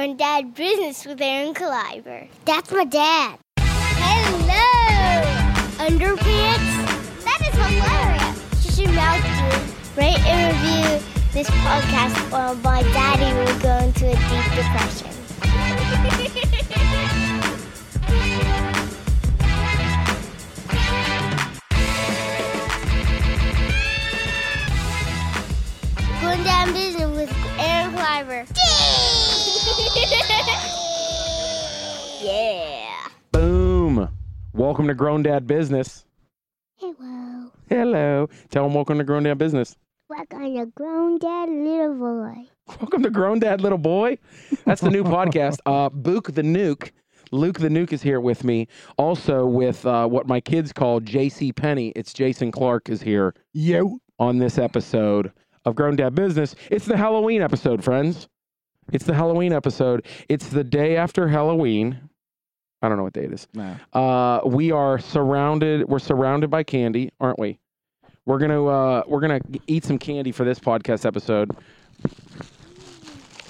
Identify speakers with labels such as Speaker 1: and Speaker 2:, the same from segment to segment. Speaker 1: Granddad Business with Aaron Caliber. That's my dad. Hello! Underpants? That is hilarious. You should mouth to rate and review this podcast or my daddy will go into a deep depression. Going down business with Aaron Cliver. yeah.
Speaker 2: Boom. Welcome to Grown Dad Business.
Speaker 1: Hello.
Speaker 2: Hello. Tell them welcome to Grown Dad Business.
Speaker 1: Welcome to grown dad little boy.
Speaker 2: Welcome to Grown Dad Little Boy. That's the new podcast. Uh, Book the Nuke. Luke the Nuke is here with me. Also with uh, what my kids call JC Penny. It's Jason Clark is here
Speaker 3: Yo.
Speaker 2: on this episode of Grown Dad Business. It's the Halloween episode, friends. It's the Halloween episode. It's the day after Halloween. I don't know what day it is.
Speaker 3: Nah.
Speaker 2: Uh, we are surrounded. We're surrounded by candy, aren't we? We're gonna uh, we're gonna eat some candy for this podcast episode.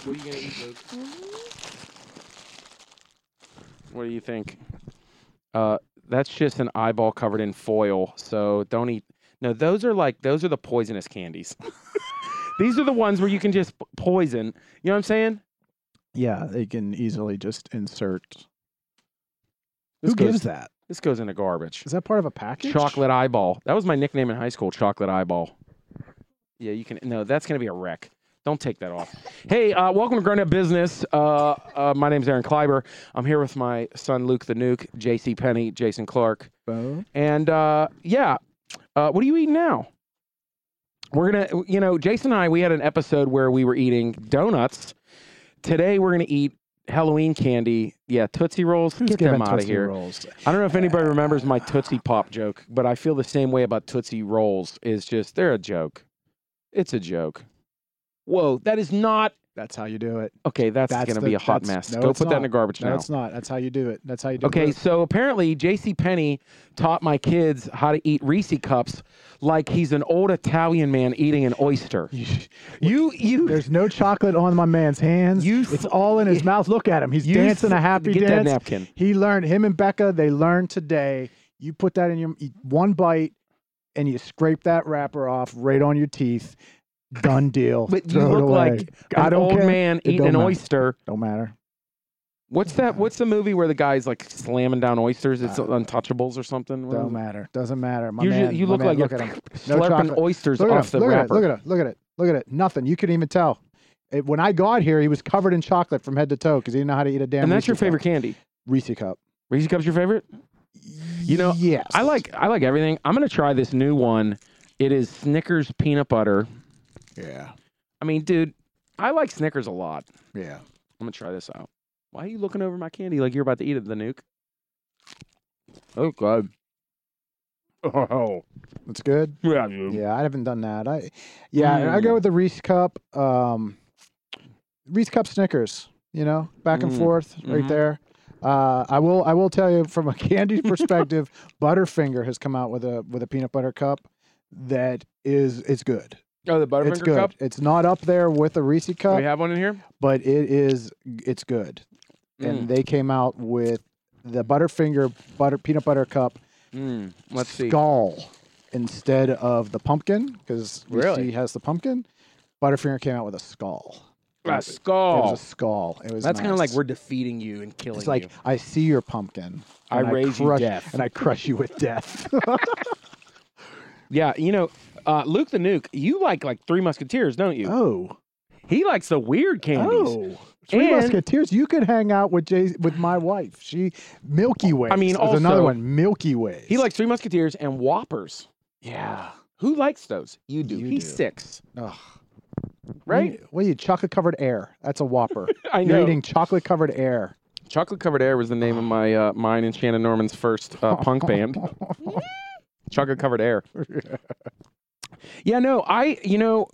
Speaker 2: What are you gonna eat, Luke? What do you think? Uh, that's just an eyeball covered in foil. So don't eat. No, those are like those are the poisonous candies. These are the ones where you can just p- poison. You know what I'm saying?
Speaker 3: Yeah, they can easily just insert.
Speaker 2: This
Speaker 3: Who
Speaker 2: goes,
Speaker 3: gives that?
Speaker 2: This goes into garbage.
Speaker 3: Is that part of a package?
Speaker 2: Chocolate eyeball. That was my nickname in high school. Chocolate eyeball. Yeah, you can. No, that's gonna be a wreck. Don't take that off. Hey, uh, welcome to Grown Up Business. Uh, uh, my name's Aaron Kleiber. I'm here with my son Luke the Nuke, J.C. Penny, Jason Clark,
Speaker 3: Boom.
Speaker 2: and uh, yeah. Uh, what are you eating now? We're gonna, you know, Jason and I. We had an episode where we were eating donuts. Today we're gonna eat Halloween candy. Yeah, Tootsie Rolls.
Speaker 3: Who's
Speaker 2: Get
Speaker 3: giving
Speaker 2: them out of
Speaker 3: Tootsie
Speaker 2: here.
Speaker 3: Rolls?
Speaker 2: I don't know if anybody remembers my Tootsie Pop joke, but I feel the same way about Tootsie Rolls. Is just they're a joke. It's a joke. Whoa, that is not
Speaker 3: That's how you do it.
Speaker 2: okay. That's,
Speaker 3: That's
Speaker 2: gonna
Speaker 3: the-
Speaker 2: be a hot
Speaker 3: that's-
Speaker 2: mess.
Speaker 3: no,
Speaker 2: Go
Speaker 3: it's
Speaker 2: put that
Speaker 3: not.
Speaker 2: in the garbage
Speaker 3: No,
Speaker 2: now.
Speaker 3: it's not. That's how you do it. That's how you do
Speaker 2: Okay,
Speaker 3: it.
Speaker 2: so apparently J.C. Penney taught my kids how to eat Reese cups like he's an old Italian man eating an oyster.
Speaker 3: Okay.
Speaker 2: You you
Speaker 3: There's no chocolate on my man's hands.
Speaker 2: You
Speaker 3: it's
Speaker 2: f-
Speaker 3: all in his mouth. Look at him. He's
Speaker 2: you
Speaker 3: dancing a
Speaker 2: f-
Speaker 3: happy
Speaker 2: get that
Speaker 3: dance.
Speaker 2: napkin.
Speaker 3: He learned him and Becca. They learned today. You put that in your eat one bite, and you scrape that wrapper off right on your teeth. Done deal.
Speaker 2: But you
Speaker 3: Throw it
Speaker 2: look
Speaker 3: away.
Speaker 2: like
Speaker 3: I
Speaker 2: an
Speaker 3: don't
Speaker 2: old
Speaker 3: care.
Speaker 2: man
Speaker 3: It
Speaker 2: eating
Speaker 3: don't
Speaker 2: an
Speaker 3: matter.
Speaker 2: oyster.
Speaker 3: Don't matter.
Speaker 2: What's that? What's the movie where the guy's like slamming down oysters? It's Untouchables or something. What is
Speaker 3: Uh, Don't
Speaker 2: it?
Speaker 3: matter. Doesn't matter. My
Speaker 2: You, ju-
Speaker 3: man,
Speaker 2: you
Speaker 3: my
Speaker 2: look
Speaker 3: man,
Speaker 2: like
Speaker 3: look
Speaker 2: you're
Speaker 3: at him. No
Speaker 2: slurping
Speaker 3: chocolate.
Speaker 2: oysters
Speaker 3: Look at
Speaker 2: off
Speaker 3: him.
Speaker 2: the
Speaker 3: look
Speaker 2: wrapper.
Speaker 3: At it, look at it. Look at it. Look at it. Nothing. You couldn't even tell. It, when I got here, he was covered in chocolate from head to toe because he didn't know how to eat a damn.
Speaker 2: and that's your
Speaker 3: Reese's cup.
Speaker 2: favorite candy.
Speaker 3: Reese cup.
Speaker 2: Reese cups your favorite? You know,
Speaker 3: Yes.
Speaker 2: I like I like everything. I'm gonna try this new one. It is Snickers peanut butter.
Speaker 3: Yeah.
Speaker 2: I mean, dude, I like Snickers a lot.
Speaker 3: Yeah.
Speaker 2: I'm gonna try this out. Why are you looking over my candy like you're about to eat it, the nuke? Oh god. Oh
Speaker 3: That's good.
Speaker 2: yeah,
Speaker 3: Yeah, I haven't done that. I yeah, I
Speaker 2: Mm.
Speaker 3: go with the Reese cup. Um Reese cup Snickers, you know, back and
Speaker 2: Mm.
Speaker 3: forth
Speaker 2: Mhm.
Speaker 3: right there. Uh, I will I will tell you from a candy perspective, Butterfinger has come out with a with a peanut butter cup that is it's good.
Speaker 2: Oh, the
Speaker 3: it's
Speaker 2: Butterfinger
Speaker 3: good. Uh,
Speaker 2: cup. Oh,
Speaker 3: It's not up there with a Reese
Speaker 2: Do
Speaker 3: cup,
Speaker 2: we have one in here.
Speaker 3: but it is it's good.
Speaker 2: Mm.
Speaker 3: And they came out with the Butterfinger butter peanut butter cup
Speaker 2: Mm, mm. Let's see.
Speaker 3: skull instead of the pumpkin because
Speaker 2: Really?
Speaker 3: really? has the pumpkin. Butterfinger came out with a skull.
Speaker 2: A
Speaker 3: It was
Speaker 2: skull.
Speaker 3: a skull. It was
Speaker 2: Oh. That's kind of like
Speaker 3: nice.
Speaker 2: we're defeating you and killing
Speaker 3: It's like
Speaker 2: you.
Speaker 3: I see your pumpkin.
Speaker 2: I
Speaker 3: and
Speaker 2: raise you
Speaker 3: crush,
Speaker 2: death.
Speaker 3: and I crush you with death.
Speaker 2: Yeah, you know, uh, Luke the Nuke, you like like Three Musketeers, don't you?
Speaker 3: oh,
Speaker 2: He likes the weird candies.
Speaker 3: oh! Three
Speaker 2: And-
Speaker 3: Musketeers. You could hang out with Jay with my wife. She Milky Way.
Speaker 2: mean,
Speaker 3: is another
Speaker 2: also-
Speaker 3: one. Milky Way.
Speaker 2: He likes Three Musketeers and Whoppers.
Speaker 3: yeah.
Speaker 2: Who likes those? You do.
Speaker 3: You
Speaker 2: He's
Speaker 3: do.
Speaker 2: six,
Speaker 3: Ugh.
Speaker 2: right?
Speaker 3: What are you? Chocolate covered air. That's a whopper.
Speaker 2: I
Speaker 3: You're
Speaker 2: know.
Speaker 3: eating chocolate covered air.
Speaker 2: Chocolate Covered Air was the name of my uh, mine and Shannon Norman's first uh, punk band. Chocolate Covered Air. yeah, no, I you know,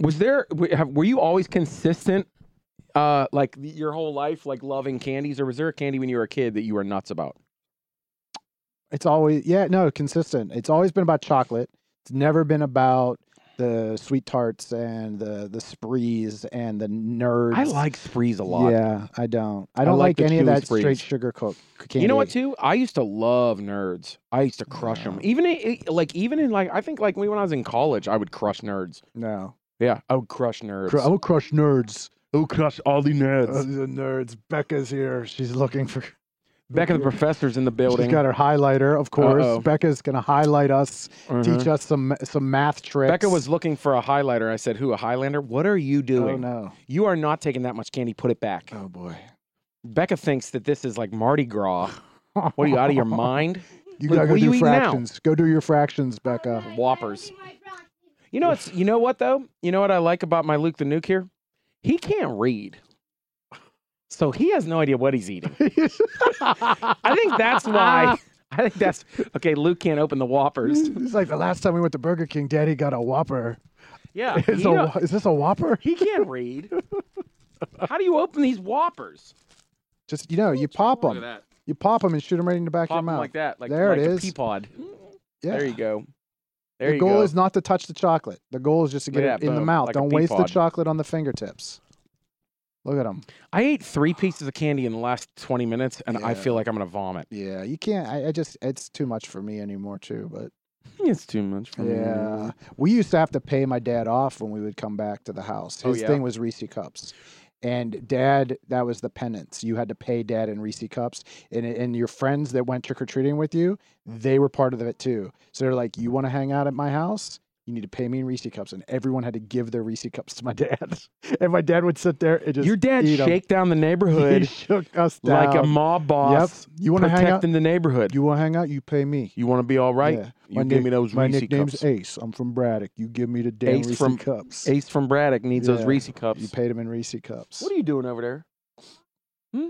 Speaker 2: was there w- have, were you always consistent? Uh, like your whole life, like loving candies, or was there a candy when you were a kid that you were nuts about?
Speaker 3: It's always yeah, no, consistent. It's always been about chocolate. It's never been about the sweet tarts and the the sprees and the nerds.
Speaker 4: I like sprees a lot.
Speaker 3: Yeah, I don't. I don't
Speaker 2: like
Speaker 3: like,
Speaker 2: the
Speaker 3: any of
Speaker 2: chewy
Speaker 3: that
Speaker 2: Sprees.
Speaker 3: straight sugar cook candy.
Speaker 2: You know what too? I used to love nerds. I used to crush them. Even i- i- like even in like I think like when I was in college, I would crush nerds.
Speaker 3: No.
Speaker 2: Yeah, I would crush nerds.
Speaker 3: Cr- oh, crush nerds.
Speaker 2: I would crush all the
Speaker 3: Uh, the nerds. Becca's here. She's looking for.
Speaker 2: Back of the professors in the building.
Speaker 3: She's got her highlighter, of course.
Speaker 2: Uh-oh.
Speaker 3: Becca's gonna highlight us,
Speaker 2: Uh-huh.
Speaker 3: teach us some some math tricks.
Speaker 2: Becca was looking for a highlighter. I said, "Who? A Highlander? What are you
Speaker 3: Oh
Speaker 2: doing?
Speaker 3: no.
Speaker 2: You are not taking that much candy. Put it back."
Speaker 3: Oh boy.
Speaker 2: Becca thinks that this is like Mardi Gras. What are you out of your mind?
Speaker 3: You
Speaker 2: Like,
Speaker 3: gotta go
Speaker 2: what are
Speaker 3: do
Speaker 2: you eating now?
Speaker 3: fractions. Go do your fractions, Becca.
Speaker 2: Whoppers. You know it's you know what though? You know what I like about my Luke the Nuke here? He can't read. So he has no idea what he's eating. I think that's why I think that's okay, Luke can't open the whoppers.
Speaker 3: It's like the last time we went to Burger King, Daddy got a Whopper.
Speaker 2: Yeah.
Speaker 3: Is,
Speaker 2: Uh, you
Speaker 3: a,
Speaker 2: know-
Speaker 3: wh- is this a Whopper?
Speaker 2: he can't read. How do you open these whoppers?
Speaker 3: Just you know, you pop
Speaker 2: Look at
Speaker 3: them.
Speaker 2: that.
Speaker 3: You pop them and shoot them right in the back
Speaker 2: Pop
Speaker 3: of your
Speaker 2: 'em
Speaker 3: mouth.
Speaker 2: like that. Like,
Speaker 3: There
Speaker 2: like
Speaker 3: it
Speaker 2: a
Speaker 3: is.
Speaker 2: pea pod.
Speaker 3: Yeah.
Speaker 2: There you go. There
Speaker 3: the
Speaker 2: you
Speaker 3: goal
Speaker 2: go.
Speaker 3: is not to touch the chocolate. The goal is just to
Speaker 2: Look
Speaker 3: get
Speaker 2: at
Speaker 3: it
Speaker 2: that,
Speaker 3: in the
Speaker 2: boom,
Speaker 3: mouth.
Speaker 2: like a
Speaker 3: Don't
Speaker 2: pea
Speaker 3: waste the
Speaker 2: pod.
Speaker 3: chocolate on the fingertips. Look at them.
Speaker 2: I ate three pieces of candy in the last twenty minutes and I
Speaker 3: Yeah.
Speaker 2: feel like I'm gonna vomit.
Speaker 3: Yeah, you can't. I, I just it's too much for me anymore too. But
Speaker 2: It's too much for me.
Speaker 3: yeah, we used to have to pay my dad off when we would come back to the house.
Speaker 2: Oh,
Speaker 3: His
Speaker 2: yeah?
Speaker 3: thing was Reese cups. And dad, that was the penance. You had to pay dad in Reese cups, and and your friends that went trick or treating with you, they were part of it too. So they're like, "You want to hang out at my house? You need to pay me in Reese cups." And everyone had to give their Reese cups to my dad, and my dad would sit there and just
Speaker 2: Your dad
Speaker 3: eat 'em.
Speaker 2: shake down the
Speaker 3: He
Speaker 2: neighborhood
Speaker 3: shook us down
Speaker 2: like a mob
Speaker 3: Yep.
Speaker 2: boss.
Speaker 3: You want to hang out?
Speaker 2: protecting the neighborhood. You,
Speaker 3: You want to hang out? You pay me.
Speaker 2: want to be all right.
Speaker 3: Yeah.
Speaker 2: You
Speaker 3: My
Speaker 2: give
Speaker 3: nick-
Speaker 2: me those
Speaker 3: My
Speaker 2: Reese
Speaker 3: nickname's
Speaker 2: cups.
Speaker 3: Ace. I'm from Braddock. You give me the damn
Speaker 2: Ace
Speaker 3: Reese
Speaker 2: from-
Speaker 3: cups.
Speaker 2: Ace from Braddock needs those
Speaker 3: Yeah.
Speaker 2: Reese cups.
Speaker 3: You paid him in Reese cups.
Speaker 2: what are you doing over there? Hmm?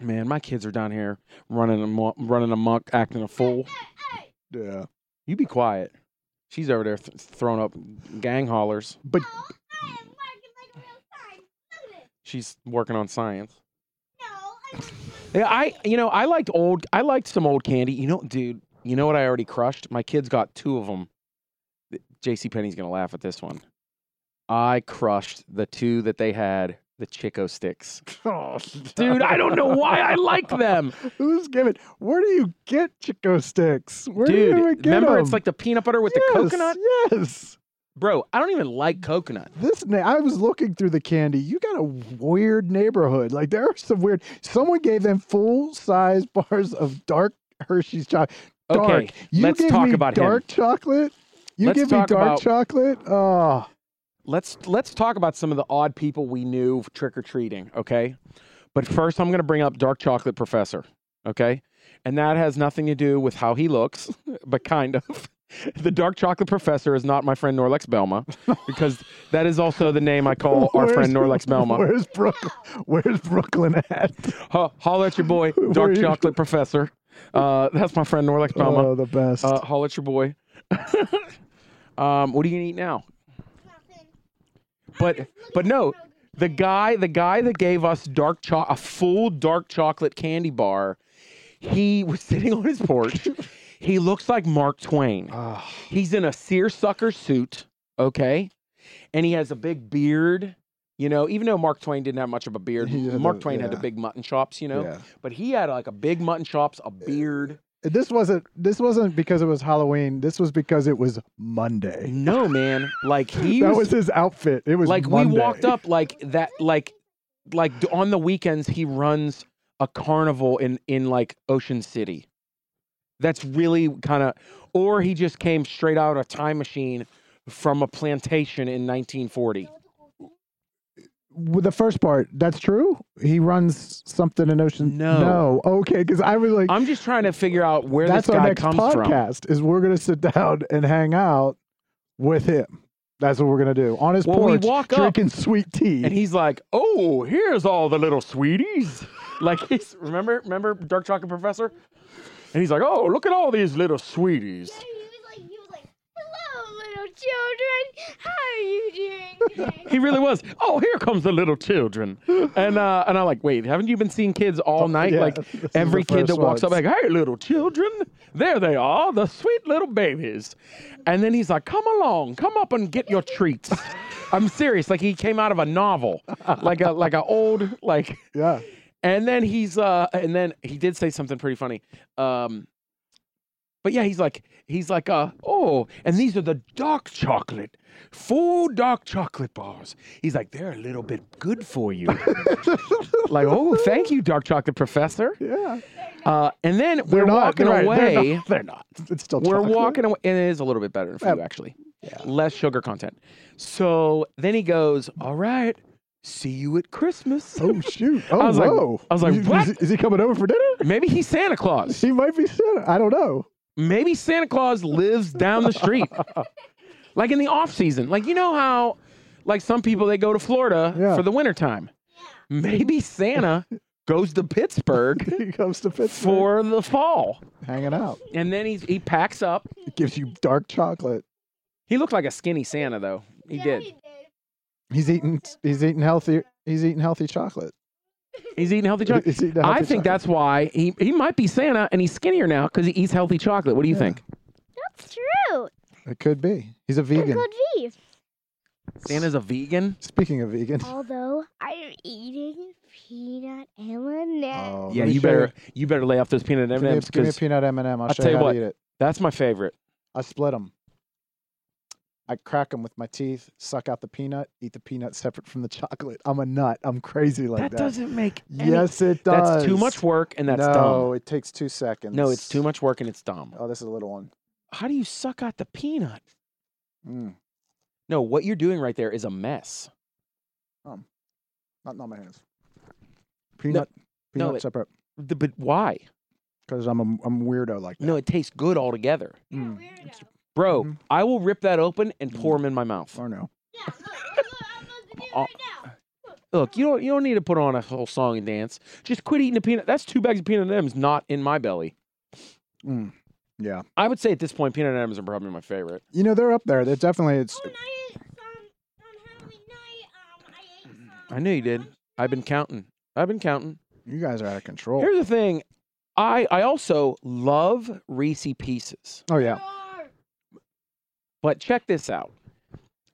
Speaker 2: Man, my kids are down here running amok, running amok, acting a fool.
Speaker 3: yeah,
Speaker 2: You be quiet. She's over there th- throwing up gang haulers.
Speaker 3: but
Speaker 2: She's working on science.
Speaker 1: No,
Speaker 2: Yeah, I you know I liked old I liked some old candy. You know, dude. You know what I already crushed? My kids got two of them. J.C. Penney's gonna laugh at this one. I crushed the two that they had, the Chico sticks. Dude, I don't know why I like them.
Speaker 3: oh, Who's giving? Where do you get Chico sticks? Where
Speaker 2: Dude,
Speaker 3: do you get
Speaker 2: remember it's
Speaker 3: them?
Speaker 2: like the peanut butter with
Speaker 3: Yes,
Speaker 2: the coconut?
Speaker 3: Yes.
Speaker 2: Bro, I don't even like coconut.
Speaker 3: This na- I was looking through the candy. You got a weird neighborhood. Like there are some weird. Someone gave them full size bars of dark Hershey's chocolate. Dark.
Speaker 2: Okay,
Speaker 3: you
Speaker 2: let's
Speaker 3: give
Speaker 2: talk
Speaker 3: me
Speaker 2: about him.
Speaker 3: dark chocolate. You
Speaker 2: Let's
Speaker 3: give me
Speaker 2: talk
Speaker 3: dark
Speaker 2: about-
Speaker 3: chocolate. Oh,
Speaker 2: Let's let's talk about some of the odd people we knew trick or treating, okay? But first, I'm going to bring up Dark Chocolate Professor, okay? And that has nothing to do with how he looks, but kind of. The Dark Chocolate Professor is not my friend Norlex Belma, because that is also the name I call our friend Norlex
Speaker 3: Where's-
Speaker 2: Belma.
Speaker 3: Where's Brooklyn? Where's Brooklyn at?
Speaker 2: Ho- holla at your boy,
Speaker 3: Where
Speaker 2: Dark
Speaker 3: you-
Speaker 2: Chocolate Professor. Uh, that's my friend Norlex Belma.
Speaker 3: Oh, the best.
Speaker 2: Uh, holla at your boy. um, what are you going to eat now? but but no the guy the guy that gave us dark cho- a full dark chocolate candy bar he was sitting on his porch he looks like mark twain
Speaker 3: Ah,
Speaker 2: he's in a seersucker suit okay and he has a big beard you know even though mark twain didn't have much of a beard
Speaker 3: He had
Speaker 2: mark
Speaker 3: the-
Speaker 2: twain had the
Speaker 3: yeah.
Speaker 2: big mutton chops you know
Speaker 3: yeah. Uh,
Speaker 2: but he had like a big mutton chops a beard
Speaker 3: This wasn't. This wasn't because it was Halloween. This was because it was Monday.
Speaker 2: no man like he
Speaker 3: that
Speaker 2: was
Speaker 3: was his outfit. It was
Speaker 2: like we
Speaker 3: Monday.
Speaker 2: walked up like that like like d- on the weekends he runs a carnival in in like ocean city that's really kind of or he just came straight out of a time machine from a plantation in 1940
Speaker 3: With the first part, that's true. He runs something in Ocean.
Speaker 2: No.
Speaker 3: no, okay. Because I was like,
Speaker 2: i'm just trying to figure out where
Speaker 3: that's
Speaker 2: this
Speaker 3: our
Speaker 2: guy
Speaker 3: next
Speaker 2: comes from
Speaker 3: podcast. Is we're gonna sit down and hang out with him. That's what we're gonna do on his
Speaker 2: Well, we
Speaker 3: porch,
Speaker 2: walk up,
Speaker 3: drinking sweet tea.
Speaker 2: and he's like oh here's all the little sweeties like he's remember remember dark chocolate professor and he's like oh look at all these little sweeties
Speaker 1: he was like, he was like, hello, little children. How are you doing today?
Speaker 2: He really was. Oh, here comes the little children. And uh, and I'm like, wait, haven't you been seeing kids all night?
Speaker 3: Oh, yeah,
Speaker 2: like
Speaker 3: this is the
Speaker 2: every kid that
Speaker 3: first
Speaker 2: walks up,
Speaker 3: ones.
Speaker 2: like, hey, little children, there they are, the sweet little babies. And then he's like, come along, come up and get your treats. I'm serious. Like he came out of a novel, like a like a old like.
Speaker 3: Yeah.
Speaker 2: And then he's uh and then he did say something pretty funny. Um but yeah, he's like he's like uh oh, and these are the dark chocolate. Full dark chocolate bars. He's like they're a little bit good for you. like, "Oh, thank you, dark chocolate professor."
Speaker 3: Yeah.
Speaker 2: Uh and then
Speaker 3: They're
Speaker 2: we're
Speaker 3: not
Speaker 2: walking
Speaker 3: right,
Speaker 2: away.
Speaker 3: They're not. they're not. It's still
Speaker 2: We're
Speaker 3: chocolate.
Speaker 2: walking away, and it is a little bit better for you actually. Less sugar content. So then he goes, "All right, see you at Christmas."
Speaker 3: Oh shoot! Oh
Speaker 2: was like-
Speaker 3: whoa!
Speaker 2: I was like,
Speaker 3: Is- is,
Speaker 2: what?
Speaker 3: Is, he coming over for dinner?
Speaker 2: Maybe he's Santa Claus.
Speaker 3: He might be Santa. I don't know.
Speaker 2: maybe Santa Claus lives down the street. like in the off season. Like you know how like some people they go to Florida
Speaker 3: Yeah.
Speaker 2: for the wintertime. Maybe Santa goes to Pittsburgh
Speaker 3: He comes to Pittsburgh
Speaker 2: for the fall.
Speaker 3: hanging out.
Speaker 2: And then he's he packs up.
Speaker 3: It gives you dark chocolate.
Speaker 2: He looked like a skinny Santa though. He did.
Speaker 3: He's eating. He's eating healthy. He's eating healthy chocolate.
Speaker 2: He's eating healthy chocolate.
Speaker 3: He's eating
Speaker 2: I
Speaker 3: healthy
Speaker 2: think
Speaker 3: chocolate.
Speaker 2: that's why he, he might be Santa and he's skinnier now because he eats healthy chocolate. What do you
Speaker 3: Yeah.
Speaker 2: think?
Speaker 1: That's true.
Speaker 3: it could be. He's a
Speaker 1: It
Speaker 3: vegan.
Speaker 1: could be.
Speaker 2: Santa's a vegan?
Speaker 3: Speaking of vegan,
Speaker 1: Although I'm eating peanut M&M.
Speaker 3: Oh,
Speaker 2: yeah,
Speaker 3: let me
Speaker 2: you
Speaker 3: show
Speaker 2: better you better lay off those peanut
Speaker 3: Give me, a,
Speaker 2: M&Ms
Speaker 3: give me a
Speaker 2: because
Speaker 3: peanut M and m I'll
Speaker 2: I'll
Speaker 3: show
Speaker 2: tell
Speaker 3: you
Speaker 2: you
Speaker 3: how
Speaker 2: what.
Speaker 3: to eat it.
Speaker 2: that's my favorite.
Speaker 3: I split them. I crack them with my teeth, suck out the peanut, eat the peanut separate from the chocolate. I'm a nut. I'm crazy like that.
Speaker 2: doesn't make
Speaker 3: yes, it does.
Speaker 2: That's too much work and that's
Speaker 3: no,
Speaker 2: dumb.
Speaker 3: it takes two seconds.
Speaker 2: No, it's too much work and it's dumb.
Speaker 3: Oh, this is a little one.
Speaker 2: How do you suck out the peanut?
Speaker 3: Mm.
Speaker 2: No, what you're doing right there is a mess.
Speaker 3: Not, not my hands. Peanut, peanut
Speaker 2: it-
Speaker 3: separate.
Speaker 2: The- But why?
Speaker 3: Because I'm a I'm weirdo like that.
Speaker 2: No, it tastes good altogether.
Speaker 3: Mm.
Speaker 2: Bro,
Speaker 3: Mhm.
Speaker 2: I will rip that open and pour them in my mouth.
Speaker 3: Mm-hmm. Or no.
Speaker 2: Uh, Look, you don't you don't need to put on a whole song and dance. Just quit eating the peanut. That's two bags of peanut M's not in my belly.
Speaker 3: Mm. Yeah.
Speaker 2: I would say at this point peanut M's are probably my favorite.
Speaker 3: You know they're up there. They're definitely
Speaker 1: Oh,
Speaker 3: it's.
Speaker 1: Um,
Speaker 2: I knew you did. I've been counting. I've been counting.
Speaker 3: You guys are out of control.
Speaker 2: Here's the thing. I I also love Reese pieces.
Speaker 3: oh yeah.
Speaker 2: But check this out.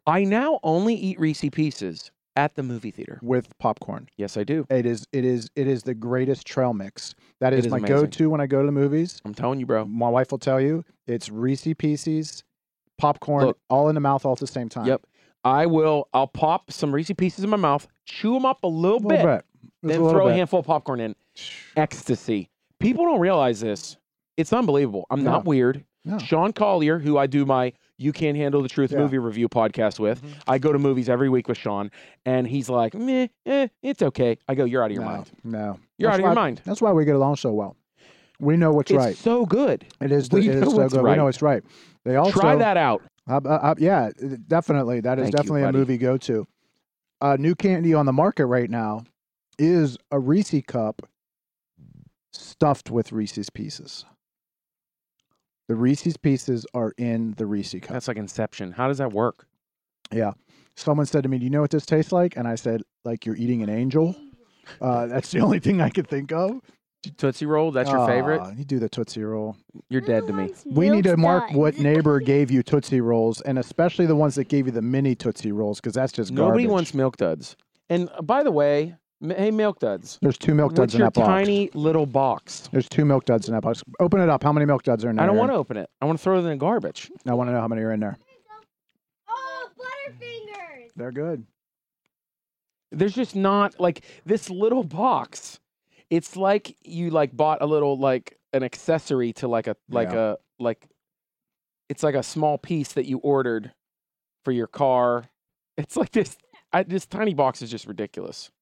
Speaker 2: I now only eat Reese Pieces at the movie theater.
Speaker 3: With popcorn.
Speaker 2: Yes, I do.
Speaker 3: It is it is it is the greatest trail mix. That
Speaker 2: It
Speaker 3: is,
Speaker 2: is
Speaker 3: my
Speaker 2: amazing.
Speaker 3: go-to when I go to the movies.
Speaker 2: I'm telling you, bro.
Speaker 3: My wife will tell you it's Reese Pieces, popcorn,
Speaker 2: Look.
Speaker 3: all in the mouth all at the same time.
Speaker 2: Yep. I will. I'll pop some Reese Pieces in my mouth, chew them up a little,
Speaker 3: A little bit. Just
Speaker 2: then
Speaker 3: a little
Speaker 2: throw a
Speaker 3: bit.
Speaker 2: handful of popcorn in. Ecstasy. People don't realize this. It's unbelievable. I'm not
Speaker 3: No.
Speaker 2: weird.
Speaker 3: No.
Speaker 2: Sean Collier, who I do my "You Can't Handle the Truth"
Speaker 3: Yeah. Mm-hmm.
Speaker 2: movie review podcast with, I go to movies every week with Sean, and he's like, "Meh, eh, it's okay." I go, "You're out of your
Speaker 3: no,
Speaker 2: mind.
Speaker 3: No.
Speaker 2: You're out
Speaker 3: That's
Speaker 2: of your
Speaker 3: why-
Speaker 2: mind."
Speaker 3: That's why we get along so well. We know what's
Speaker 2: it's
Speaker 3: right.
Speaker 2: so good.
Speaker 3: It is. The,
Speaker 2: we
Speaker 3: it is
Speaker 2: know
Speaker 3: so
Speaker 2: what's
Speaker 3: good.
Speaker 2: right.
Speaker 3: We know it's right. They also
Speaker 2: Try that out.
Speaker 3: Uh, uh, uh, yeah, it- definitely. That is
Speaker 2: Thank you,
Speaker 3: definitely a
Speaker 2: buddy.
Speaker 3: movie go to. Uh, new candy on the market right now is a Reese cup stuffed with Reese's pieces. The Reese's pieces are in the Reese cup.
Speaker 2: That's like Inception. How does that work?
Speaker 3: Someone said to me, "Do you know what this tastes like?" And I said, "Like you're eating an angel." Uh, that's the only thing I could think of.
Speaker 2: Tootsie Roll, that's your favorite?
Speaker 3: Aw, You do the Tootsie Roll.
Speaker 2: You're dead to me.
Speaker 3: We need to mark what neighbor gave you Tootsie Rolls, and especially the ones that gave you the mini Tootsie Rolls, because that's just garbage.
Speaker 2: Nobody wants Milk Duds. And uh, by the way, m- hey, Milk Duds.
Speaker 3: There's two milk duds
Speaker 2: what's
Speaker 3: in
Speaker 2: your
Speaker 3: that box.
Speaker 2: tiny little box?
Speaker 3: There's two milk duds in that box. Open it up. How many milk duds are in there?
Speaker 2: I don't want to open it. I want to throw it in the garbage.
Speaker 3: to. I want to know how many are in there.
Speaker 1: Oh, Butterfingers!
Speaker 3: They're good.
Speaker 2: There's just not like this little box. It's like you like bought a little like an accessory to like a like a like it's like a small piece that you ordered for your car. It's like this I, this tiny box is just ridiculous.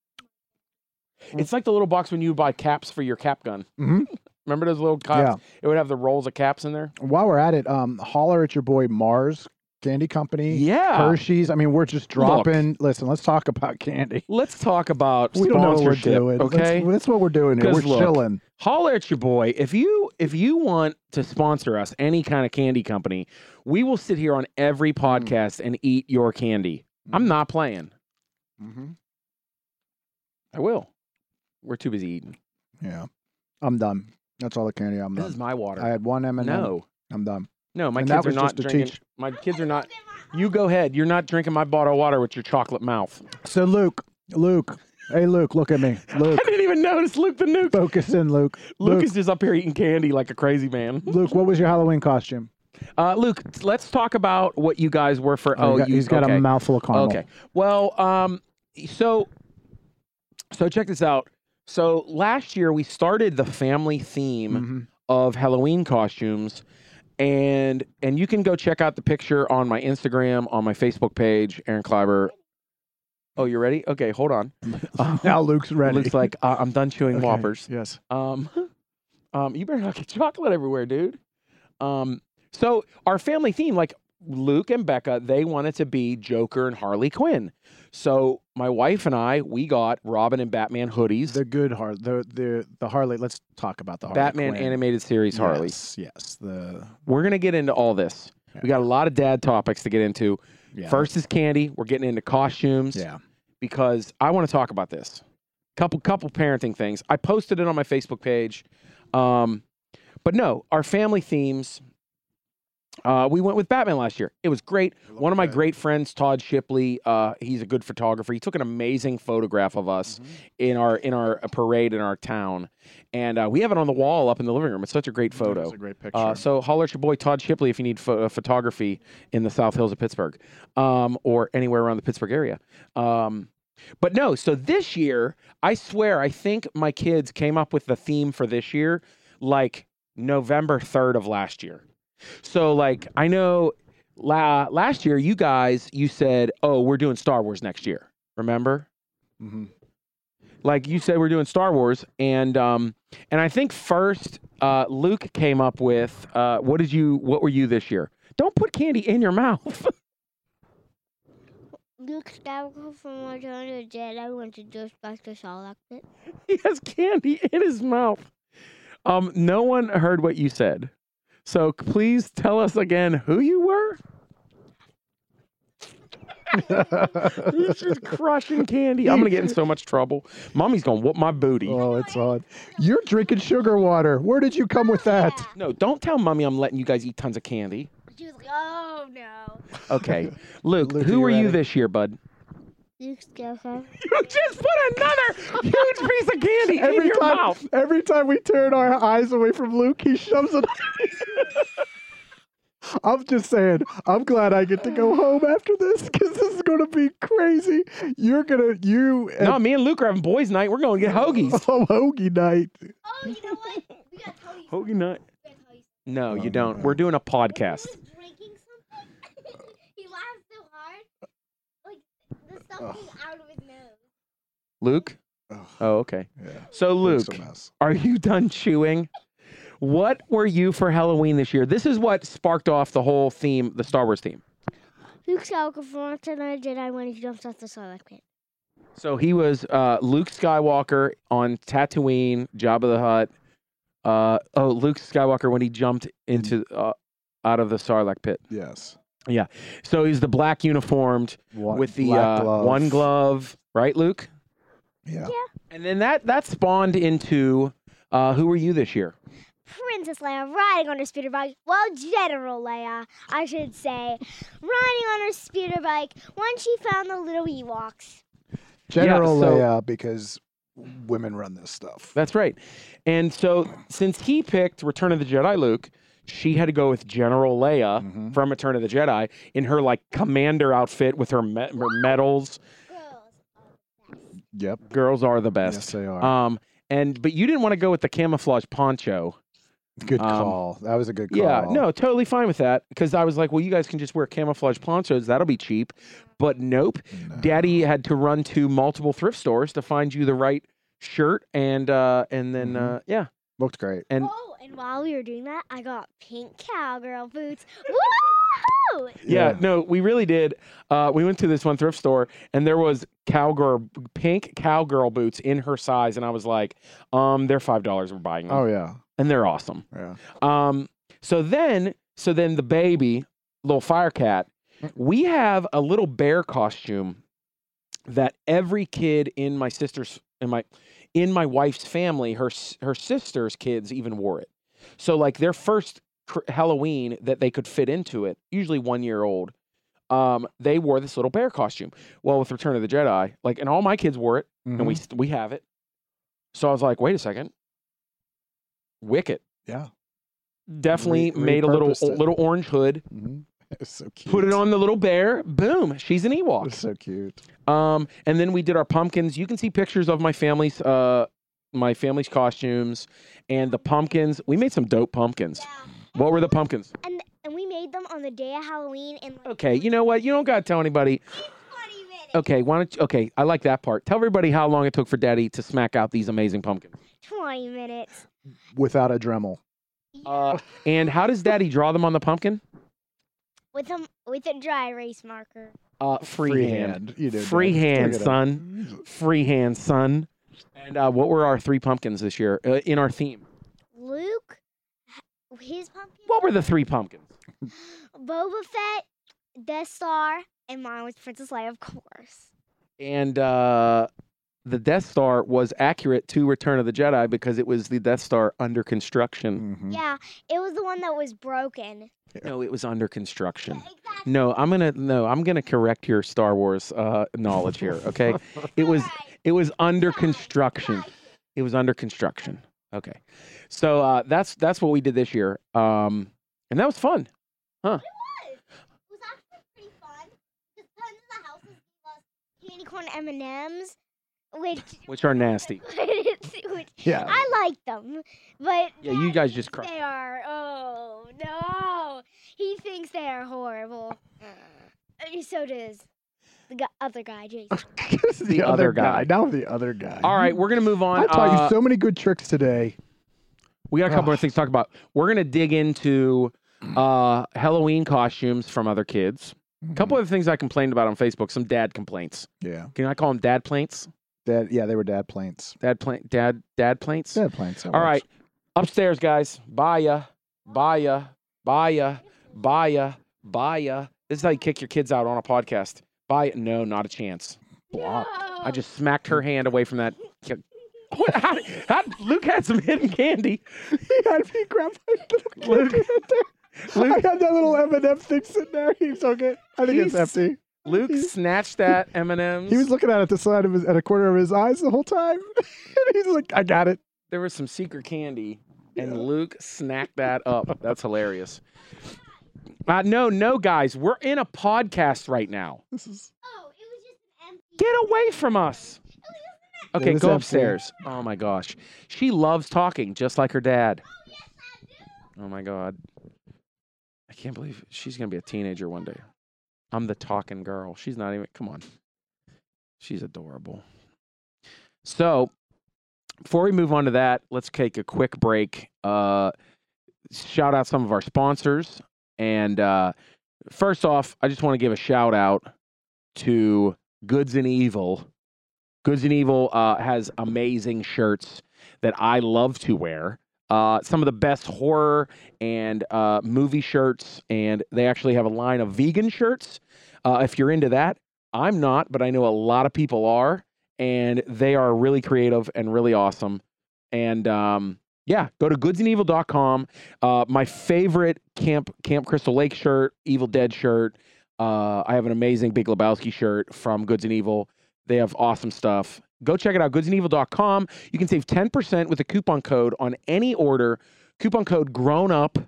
Speaker 2: It's like the little box when you buy caps for your cap gun.
Speaker 3: hmm
Speaker 2: Remember those little
Speaker 3: Yeah.
Speaker 2: caps? It would have the rolls of caps in there.
Speaker 3: While we're at it, um, holler at your boy Mars Candy Company.
Speaker 2: Yeah.
Speaker 3: Hershey's. I mean, we're just dropping. Listen, let's talk about candy.
Speaker 2: Let's talk about
Speaker 3: We don't know what we're
Speaker 2: sponsorship.
Speaker 3: doing. That's-
Speaker 2: Okay.
Speaker 3: that's, what we're doing here. We're
Speaker 2: 'Cause look,
Speaker 3: chilling.
Speaker 2: holler at your boy if you if you want to sponsor us, any kind of candy company, we will sit here on every
Speaker 3: Mm.
Speaker 2: podcast and eat your candy. I'm not playing.
Speaker 3: Mm-hmm.
Speaker 2: I will. We're too busy eating.
Speaker 3: Yeah, I'm done. That's all the candy I'm
Speaker 2: This is
Speaker 3: done.
Speaker 2: my water.
Speaker 3: I had one M and m
Speaker 2: no,
Speaker 3: I'm done.
Speaker 2: no, my
Speaker 3: And that
Speaker 2: kids are
Speaker 3: was
Speaker 2: not
Speaker 3: just to
Speaker 2: drinking.
Speaker 3: teach.
Speaker 2: My kids are not. You go ahead. You're not drinking my bottle of water with your chocolate mouth.
Speaker 3: So Luke, Luke, hey Luke, look at me, Luke.
Speaker 2: I didn't even notice Luke the Nuke.
Speaker 3: Focus in, Luke. Luke,
Speaker 2: Lucas is up here eating candy like a crazy man.
Speaker 3: Luke, what was your Halloween costume?
Speaker 2: Uh, Luke, let's talk about what you guys were for. Oh,
Speaker 3: he got,
Speaker 2: you,
Speaker 3: he's got
Speaker 2: okay.
Speaker 3: a mouthful of caramel.
Speaker 2: Okay. Well, um, so so check this out. So last year we started the family theme
Speaker 3: Mhm.
Speaker 2: of Halloween costumes, and and you can go check out the picture on my Instagram, on my Facebook page, Aaron Kleiber. Oh, you ready? Okay, hold on.
Speaker 3: Now Luke's ready.
Speaker 2: Looks like uh, I'm done chewing
Speaker 3: Okay,
Speaker 2: whoppers.
Speaker 3: Yes.
Speaker 2: Um, um, you better not get chocolate everywhere, dude. Um, so our family theme, like Luke and Becca, they wanted to be Joker and Harley Quinn. So my wife and I, we got Robin and Batman hoodies,
Speaker 3: The good Harley, the the the Harley. Let's talk about the Harley
Speaker 2: Batman
Speaker 3: Quinn.
Speaker 2: animated series Harley.
Speaker 3: Yes, yes. The
Speaker 2: We're gonna get into all this. We got a lot of dad topics to get into.
Speaker 3: yeah,
Speaker 2: First is candy. We're getting into costumes
Speaker 3: Yeah.
Speaker 2: because I want to talk about this. Couple couple parenting things. I posted it on my Facebook page. Um, but no, our family themes. Uh, we went with Batman last year. It was great. One of my
Speaker 3: Okay.
Speaker 2: great friends, Todd Shipley, uh, he's a good photographer. He took an amazing photograph of
Speaker 3: Mhm.
Speaker 2: us in our in our parade in our town, and uh, we have it on the wall up in the living room. It's such a great photo.
Speaker 3: That's a great picture.
Speaker 2: Uh, so holler at your boy Todd Shipley if you need pho- uh, photography in the South Hills of Pittsburgh, um, or anywhere around the Pittsburgh area. Um, but no, so this year, I swear, I think my kids came up with the theme for this year, like November third of last year. So like, I know la- last year you guys you said, oh, we're doing Star Wars next year. Remember?
Speaker 3: Mhm.
Speaker 2: like you said, we're doing Star Wars, and um, and I think first uh, Luke came up with uh, what did you what were you this year? Don't put candy in your mouth.
Speaker 1: Luke Skywalker from Return of the Jedi went to Ghostbusters all outfit.
Speaker 2: he has candy in his mouth. Um, no one heard what you said, so please tell us again who you were. He's just crushing candy. I'm gonna get in so much trouble. Mommy's gonna whoop my booty.
Speaker 3: oh, it's on. You're drinking sugar water. Where did you come with that?
Speaker 2: No, don't tell mommy I'm letting you guys eat tons of candy.
Speaker 1: She was like, oh no.
Speaker 2: Okay, Luke,
Speaker 3: Luke, are
Speaker 2: who
Speaker 3: you
Speaker 2: were you
Speaker 3: ready?
Speaker 2: this year, bud?
Speaker 1: Luke Skywalker.
Speaker 2: You just put another huge piece of candy in
Speaker 3: Every
Speaker 2: your
Speaker 3: time,
Speaker 2: mouth.
Speaker 3: every time we turn our eyes away from Luke, he shoves it. I'm just saying, I'm glad I get to go home after this because this is gonna be crazy. You're gonna you
Speaker 2: No, me and Luke are having boys' night. We're going to get hoagies.
Speaker 3: oh, hoagie night.
Speaker 1: Oh, you know what? We gotta tell you.
Speaker 2: Hoagie night?
Speaker 1: We gotta tell you.
Speaker 2: No,
Speaker 3: Oh,
Speaker 2: you don't.
Speaker 3: no.
Speaker 2: We're doing a
Speaker 1: When
Speaker 2: podcast.
Speaker 1: he was drinking something, he laughed so hard, like the stuff came out of his nose.
Speaker 2: Luke?
Speaker 3: Oh,
Speaker 2: Oh, okay.
Speaker 3: yeah.
Speaker 2: So,
Speaker 3: Luke's
Speaker 2: Luke,
Speaker 3: a mess.
Speaker 2: are you done chewing? What were you for Halloween this year? This is what sparked off the whole theme, the Star Wars theme.
Speaker 1: Luke Skywalker from Return of the Jedi when he jumps off the Sarlacc pit.
Speaker 2: So he was uh, Luke Skywalker on Tatooine, Jabba the Hutt. Uh, oh, Luke Skywalker when he jumped into uh, out of the Sarlacc pit.
Speaker 3: Yes.
Speaker 2: So he's the black uniformed
Speaker 3: One,
Speaker 2: with the
Speaker 3: black
Speaker 2: uh, one glove, right, Luke?
Speaker 3: Yeah.
Speaker 2: And then that that spawned into uh, who were you this year?
Speaker 1: Princess Leia riding on her speeder bike. Well, General Leia, I should say, riding on her speeder bike when she found the little Ewoks.
Speaker 3: General
Speaker 2: so-
Speaker 3: Leia because women run this stuff.
Speaker 2: That's right. And so since he picked Return of the Jedi, Luke, she had to go with General Leia
Speaker 3: Mhm.
Speaker 2: from Return of the Jedi in her like commander outfit with her, me- her medals.
Speaker 1: Girls. are the best.
Speaker 3: Yep.
Speaker 2: Girls are the
Speaker 3: Yes,
Speaker 2: best.
Speaker 3: they are.
Speaker 2: um, and but you didn't want to go with the camouflage poncho.
Speaker 3: good
Speaker 2: um,
Speaker 3: call. That was a good call.
Speaker 2: Yeah, no, totally fine with that because I was like, well, you guys can just wear camouflage ponchos. That'll be cheap. But nope,
Speaker 3: No.
Speaker 2: Daddy had to run to multiple thrift stores to find you the right shirt, and uh, and then
Speaker 3: Mhm.
Speaker 2: uh, yeah,
Speaker 3: Looked great.
Speaker 2: and
Speaker 1: Oh, and while we were doing that, I got pink cowgirl boots. Woo!
Speaker 2: yeah, no, we really did. Uh, we went to this one thrift store, and there was cowgirl pink cowgirl boots in her size, and I was like, um, they're five dollars. We're buying them.
Speaker 3: Oh yeah.
Speaker 2: and they're awesome.
Speaker 3: Yeah.
Speaker 2: Um, so then, so then the baby, little fire cat, we have a little bear costume that every kid in my sister's in my in my wife's family, her s- her sister's kids even wore it. So like their first cr- Halloween that they could fit into it, usually one year old, um, they wore this little bear costume. Well, with Return of the Jedi, like and all my kids wore it and
Speaker 3: Mm-hmm.
Speaker 2: we st- we have it. So I was like, wait a second, Wicket
Speaker 3: Yeah.
Speaker 2: definitely made a little
Speaker 3: repurposed it.
Speaker 2: little orange hood,
Speaker 3: Mm-hmm. It's so cute.
Speaker 2: put it on the little bear, boom, she's an
Speaker 3: It's
Speaker 2: Ewok.
Speaker 3: so cute.
Speaker 2: Um, and then we did our pumpkins. You can see pictures of my family's uh my family's costumes and the pumpkins. We made some dope pumpkins. What were the pumpkins?
Speaker 1: And and we made them on the day of Halloween and like
Speaker 2: Okay, you know what? You don't gotta tell anybody.
Speaker 1: 20 minutes.
Speaker 2: Okay, why don't you, okay, I like that part. Tell everybody how long it took for Daddy to smack out these amazing pumpkins.
Speaker 1: 20 minutes.
Speaker 3: Without a Dremel.
Speaker 2: Uh, and how does Daddy draw them on the pumpkin?
Speaker 1: With a with a dry erase marker.
Speaker 2: Uh,
Speaker 3: Freehand, you know, Dad.
Speaker 2: freehand,
Speaker 3: Look at
Speaker 2: son. Freehand, son. And uh, what were our three pumpkins this year uh, in our theme?
Speaker 1: Luke, h- his pumpkin,
Speaker 2: What were the three pumpkins?
Speaker 1: Boba Fett, Death Star, and mine was Princess Leia, of course.
Speaker 2: And uh, the Death Star was accurate to Return of the Jedi because it was the Death Star under construction.
Speaker 3: Mhm.
Speaker 1: Yeah, it was the one that was broken.
Speaker 2: No, it was under construction.
Speaker 1: exactly.
Speaker 2: No, I'm gonna no, I'm gonna correct your Star Wars uh, knowledge here. Okay, it was it was under construction. It was under construction. Okay, so uh, that's that's what we did this year, um, and that was fun.
Speaker 1: was actually pretty fun. The tons of the houses was candy corn M and M's, which
Speaker 2: Which are nasty.
Speaker 1: which
Speaker 3: Yeah.
Speaker 1: I like them, but
Speaker 2: Yeah, you guys
Speaker 1: Dad
Speaker 2: just
Speaker 1: thinks
Speaker 2: crushed
Speaker 1: They
Speaker 2: it.
Speaker 1: are. Oh no, he thinks they are horrible. And so does the gu- other guy, Jason.
Speaker 3: the,
Speaker 2: other
Speaker 3: other
Speaker 2: guy.
Speaker 3: guy. Now the other guy.
Speaker 2: All right, we're gonna move on.
Speaker 3: I taught
Speaker 2: Uh,
Speaker 3: you so many good tricks today.
Speaker 2: we got a couple
Speaker 3: Ugh.
Speaker 2: more things to talk about. We're gonna dig into uh, Halloween costumes from other kids. A couple
Speaker 3: Mm.
Speaker 2: of things I complained about on Facebook. Some dad complaints.
Speaker 3: Mm-hmm. Yeah.
Speaker 2: Can I call them dad plaints?
Speaker 3: Dad, yeah, they were dad planes.
Speaker 2: Dad plaint. Dad dad plaints.
Speaker 3: Dad planes.
Speaker 2: All right, upstairs, guys. Bye ya. Bye ya. Bye ya. Bye ya. Bye ya. This is how you kick your kids out on a podcast. Bye. ya. No, not a chance. Block. I just smacked her hand away from that. ki- What? How, how, Luke had some hidden candy.
Speaker 3: He had me grab my little
Speaker 2: Luke,
Speaker 3: kid. I had that little M&M thing sitting there. He took it. I think it's
Speaker 2: He's-
Speaker 3: empty.
Speaker 2: Luke snatched that M and
Speaker 3: He was
Speaker 2: M's.
Speaker 3: looking at it the side of his, at a corner of his eyes the whole time. and he's like, I got it.
Speaker 2: There was some secret candy, and Luke snacked that up. That's hilarious. Uh, no, no, guys, we're in a podcast right now.
Speaker 3: This is
Speaker 1: Oh, it was just an empty. Oh,
Speaker 2: Get away from us. Okay,
Speaker 3: was
Speaker 2: go
Speaker 3: empty.
Speaker 2: upstairs. Oh my gosh, she loves talking just like her dad. Oh my god, I can't believe she's gonna be a teenager one day. I'm the talking girl. She's not even. Come on, she's adorable. So, before we move on to that, let's take a quick break. Uh, shout out some of our sponsors, and uh, first off, I just want to give a shout out to Goods and Evil. Goods and Evil uh, has amazing shirts that I love to wear. Uh, some of the best horror and uh, movie shirts, and they actually have a line of vegan shirts. Uh, if you're into that, I'm not, but I know a lot of people are, and they are really creative and really awesome. And um, yeah, go to goodsandevil.com. Uh, my favorite Camp Camp Crystal Lake shirt, Evil Dead shirt. Uh, I have an amazing Big Lebowski shirt from Goods and Evil. They have awesome stuff. Go check it out, goodsandevil.com. You can save 10% with a coupon code on any order. Coupon code grown up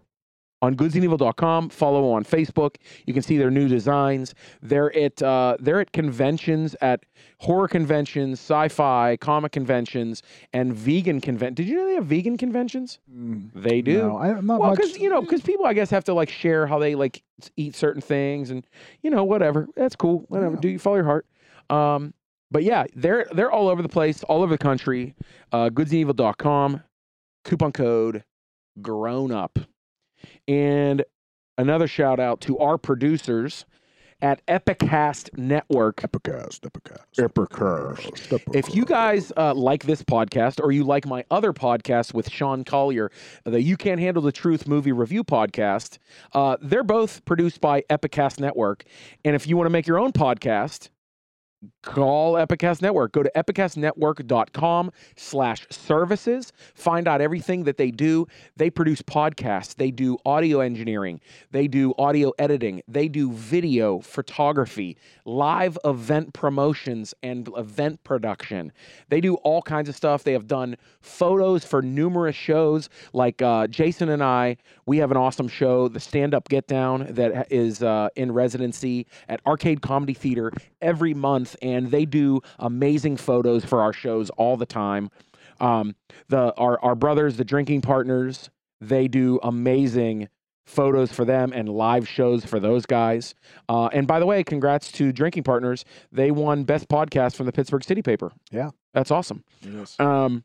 Speaker 2: on goodsandevil.com. Follow on Facebook. You can see their new designs. They're at uh, they're at conventions at horror conventions, sci-fi, comic conventions, and vegan convent. Did you know they have vegan conventions? They do.
Speaker 3: No, I, am not
Speaker 2: Mm. Well,
Speaker 3: much.
Speaker 2: because you know, because people, I guess, have to like share how they like s- eat certain things, and you know, whatever. That's cool. Whatever.
Speaker 3: Yeah.
Speaker 2: Do you follow your heart? Um, but yeah, they're they're all over the place, all over the country. Uh, goodsandevil.com, coupon code grown up, and another shout out to our producers at Epicast Network.
Speaker 3: Epicast, Epicast, Epicast.
Speaker 2: If you guys uh, like this podcast or you like my other podcast with Sean Collier, the You Can't Handle the Truth movie review podcast, uh, they're both produced by Epicast Network. And if you want to make your own podcast, call Epicast Network. Go to epicastnetwork.com slash services. Find out everything that they do. They produce podcasts. They do audio engineering. They do audio editing. They do video, photography, live event promotions and event production. They do all kinds of stuff. They have done photos for numerous shows. Like uh, Jason and I, we have an awesome show, The Stand Up Get Down, that is uh, in residency at Arcade Comedy Theater every month, and they do amazing photos for our shows all the time. Um, the our our brothers, the drinking partners, they do amazing photos for them and live shows for those guys. Uh, and by the way, congrats to Drinking Partners. They won Best Podcast from the Pittsburgh City Paper.
Speaker 3: Yeah.
Speaker 2: that's awesome.
Speaker 3: Yes.
Speaker 2: Um,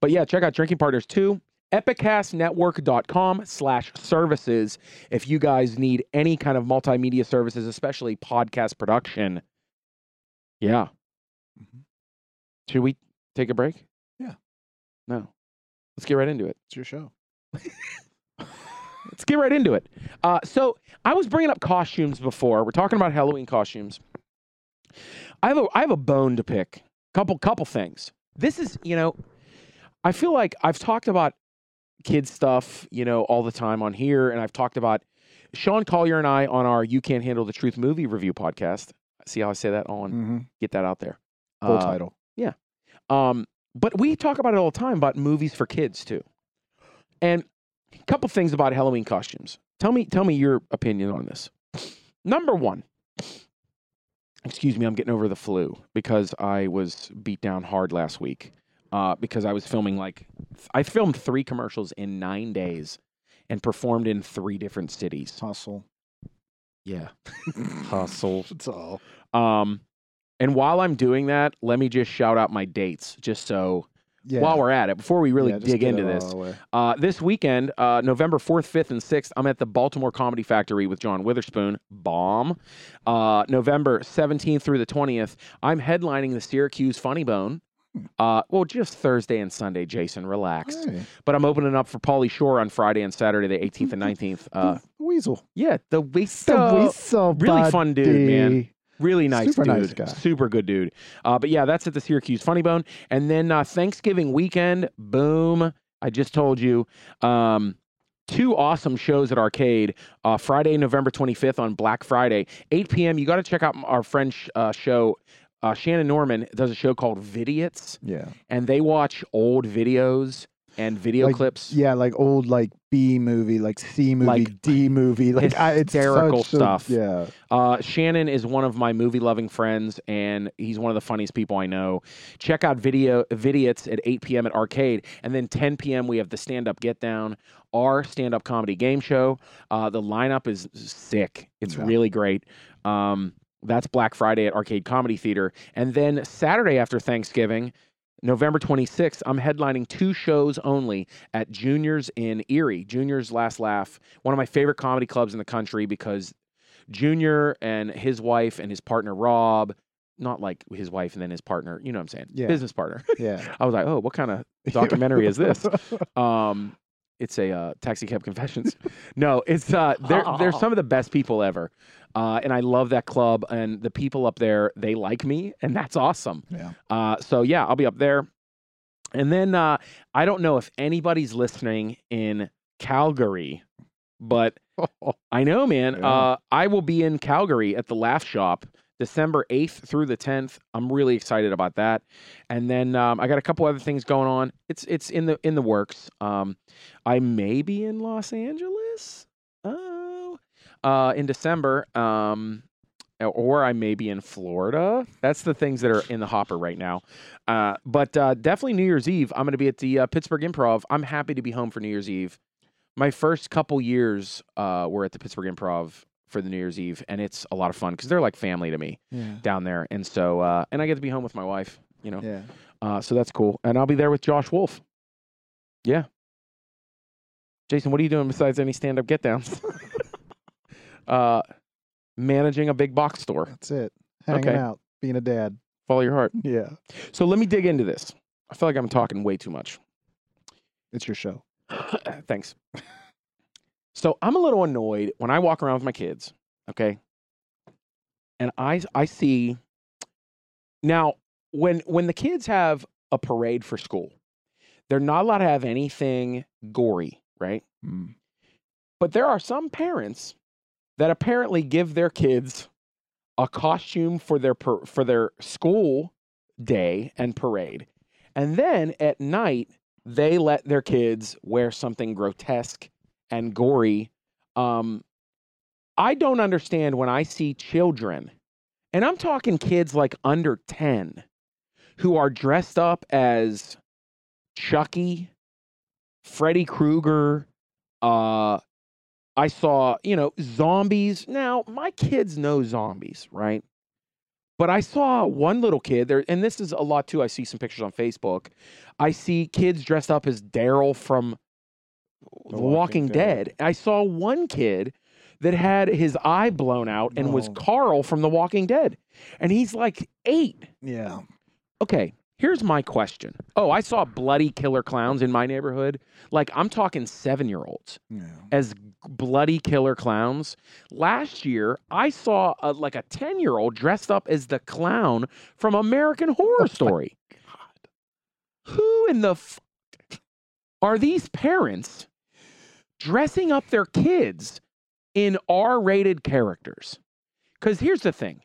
Speaker 2: but yeah, check out Drinking Partners too. Epicastnetwork.com slash services. If you guys need any kind of multimedia services, especially podcast production. Yeah.
Speaker 3: Mhm.
Speaker 2: Should we take a break?
Speaker 3: Yeah.
Speaker 2: No. Let's get right into it.
Speaker 3: It's your show.
Speaker 2: Let's get right into it. Uh, so I was bringing up costumes before. We're talking about Halloween costumes. I have a I have a bone to pick. Couple couple things. This is you know, I feel like I've talked about kids stuff you know all the time on here, and I've talked about Sean Collier and I on our "You Can't Handle the Truth" movie review podcast. See how I say that on
Speaker 3: Mm-hmm.
Speaker 2: get that out there.
Speaker 3: Full
Speaker 2: um, Uh,
Speaker 3: title.
Speaker 2: um, but we talk about it all the time about movies for kids too. And a couple things about Halloween costumes. Tell me, tell me your opinion on this. Number one, excuse me, I'm getting over the flu because I was beat down hard last week. Uh, because I was filming like I filmed three commercials in nine days and performed in three different cities.
Speaker 3: Hustle.
Speaker 2: Yeah, hustle.
Speaker 3: That's all.
Speaker 2: Um, and while I'm doing that, let me just shout out my dates, just so
Speaker 3: Yeah.
Speaker 2: while we're at it, before we really
Speaker 3: Yeah, just
Speaker 2: dig
Speaker 3: get
Speaker 2: into
Speaker 3: it all
Speaker 2: this,
Speaker 3: out of the way.
Speaker 2: uh, this weekend, uh, November 4th, 5th, and 6th, I'm at the Baltimore Comedy Factory with John Witherspoon. Bomb. Uh, November 17th through the 20th, I'm headlining the Syracuse Funny Bone. Uh, well, just Thursday and Sunday, Jason. Relax.
Speaker 3: Hey,
Speaker 2: But I'm opening up for Pauly Shore on Friday and Saturday, the 18th and 19th. Uh,
Speaker 3: the weasel.
Speaker 2: yeah, the week.
Speaker 3: The weasel,
Speaker 2: really fun dude, man.
Speaker 3: buddy.
Speaker 2: Really nice
Speaker 3: Super
Speaker 2: dude.
Speaker 3: nice guy.
Speaker 2: Super good dude. Uh, but yeah, that's at the Syracuse Funny Bone. And then uh, Thanksgiving weekend, boom. I just told you. Um, two awesome shows at Arcade. Uh, Friday, November 25th on Black Friday, 8 p.m. You got to check out m- our French uh, show. Uh, Shannon Norman does a show called Vidiots,
Speaker 3: Yeah.
Speaker 2: and they watch old videos and video
Speaker 3: Like,
Speaker 2: clips.
Speaker 3: Yeah, like old like B movie, like C movie,
Speaker 2: Like,
Speaker 3: D movie, like I, it's
Speaker 2: hysterical
Speaker 3: such a-
Speaker 2: stuff.
Speaker 3: yeah,
Speaker 2: Uh, Shannon is one of my movie loving friends, and he's one of the funniest people I know. Check out video Vidiots at 8 p.m. at Arcade, and then 10 p.m. we have the Stand Up Get Down, our stand up comedy game show. Uh, the lineup is sick. It's
Speaker 3: Yeah.
Speaker 2: really great. Um, that's Black Friday at Arcade Comedy Theater, and then Saturday after Thanksgiving. November 26th, I'm headlining two shows only at Juniors in Erie, Juniors Last Laugh, one of my favorite comedy clubs in the country because Junior and his wife and his partner Rob, not like his wife and then his partner, you know what I'm saying?
Speaker 3: Yeah.
Speaker 2: Business partner.
Speaker 3: yeah.
Speaker 2: I was like, oh, what kind of documentary is this? Um, it's a uh, taxi cab confessions. no, it's uh, they're they're some of the best people ever, uh, and I love that club and the people up there. They like me, and that's awesome.
Speaker 3: Yeah.
Speaker 2: Uh, so yeah, I'll be up there, and then uh, I don't know if anybody's listening in Calgary, but I know, man.
Speaker 3: Yeah.
Speaker 2: Uh, I will be in Calgary at the Laugh Shop December 8th through the 10th. I'm really excited about that. And then um, I got a couple other things going on. It's it's in the in the works. Um, I may be in Los Angeles. Oh, uh, in December. Um, or I may be in Florida. That's the things that are in the hopper right now. Uh, but uh, definitely New Year's Eve. I'm going to be at the uh, Pittsburgh Improv. I'm happy to be home for New Year's Eve my first couple years uh, were at the Pittsburgh Improv for the New Year's Eve, and it's a lot of fun because they're like family to me
Speaker 3: yeah,
Speaker 2: down there, and so uh, and I get to be home with my wife, you know,
Speaker 3: yeah.
Speaker 2: uh, so that's cool. And I'll be there with Josh Wolf. Yeah, Jason, what are you doing besides any stand-up get downs? uh, managing a big box store.
Speaker 3: That's it. Hanging
Speaker 2: Okay.
Speaker 3: out, being a dad.
Speaker 2: Follow your heart.
Speaker 3: Yeah.
Speaker 2: So let me dig into this. I feel like I'm talking way too much.
Speaker 3: It's your show.
Speaker 2: Thanks. So I'm a little annoyed when I walk around with my kids, okay? And I I see now when when the kids have a parade for school, they're not allowed to have anything gory, right?
Speaker 3: Mm.
Speaker 2: But there are some parents that apparently give their kids a costume for their par- for their school day and parade. And then at night they let their kids wear something grotesque and gory. Um I don't understand when I see children. And I'm talking kids like under 10 who are dressed up as Chucky, Freddy Krueger, uh I saw, you know, zombies. Now, my kids know zombies, right? But I saw one little kid there, and this is a lot too. I see some pictures on Facebook. I see kids dressed up as Daryl from The Walking,
Speaker 3: Walking Dead.
Speaker 2: Dead. I saw one kid that had his eye blown out and was
Speaker 3: No.
Speaker 2: Carl from The Walking Dead. And he's like eight.
Speaker 3: Yeah.
Speaker 2: Okay, here's my question. Oh, I saw bloody killer clowns in my neighborhood. Like, I'm talking seven year olds
Speaker 3: Yeah.
Speaker 2: as bloody killer clowns. Last year, I saw a, like a 10 year old dressed up as the clown from American Horror Story. Who in the f- are these parents dressing up their kids in R rated characters? Because here's the thing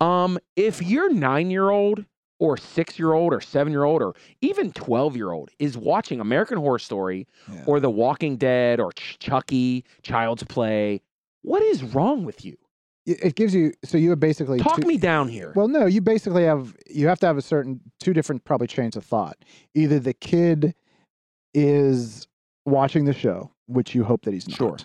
Speaker 2: um, if your nine year old or six year old or seven year old or even 12 year old is watching American Horror Story
Speaker 3: Yeah.
Speaker 2: or The Walking Dead or Ch- Chucky, Child's Play. What is wrong with you?
Speaker 3: It it gives you so you have basically
Speaker 2: Talk
Speaker 3: two-
Speaker 2: me down here.
Speaker 3: Well, no, you basically have you have to have a certain two different probably chains of thought. Either the kid is watching the show, which you hope that he's not,
Speaker 2: Sure.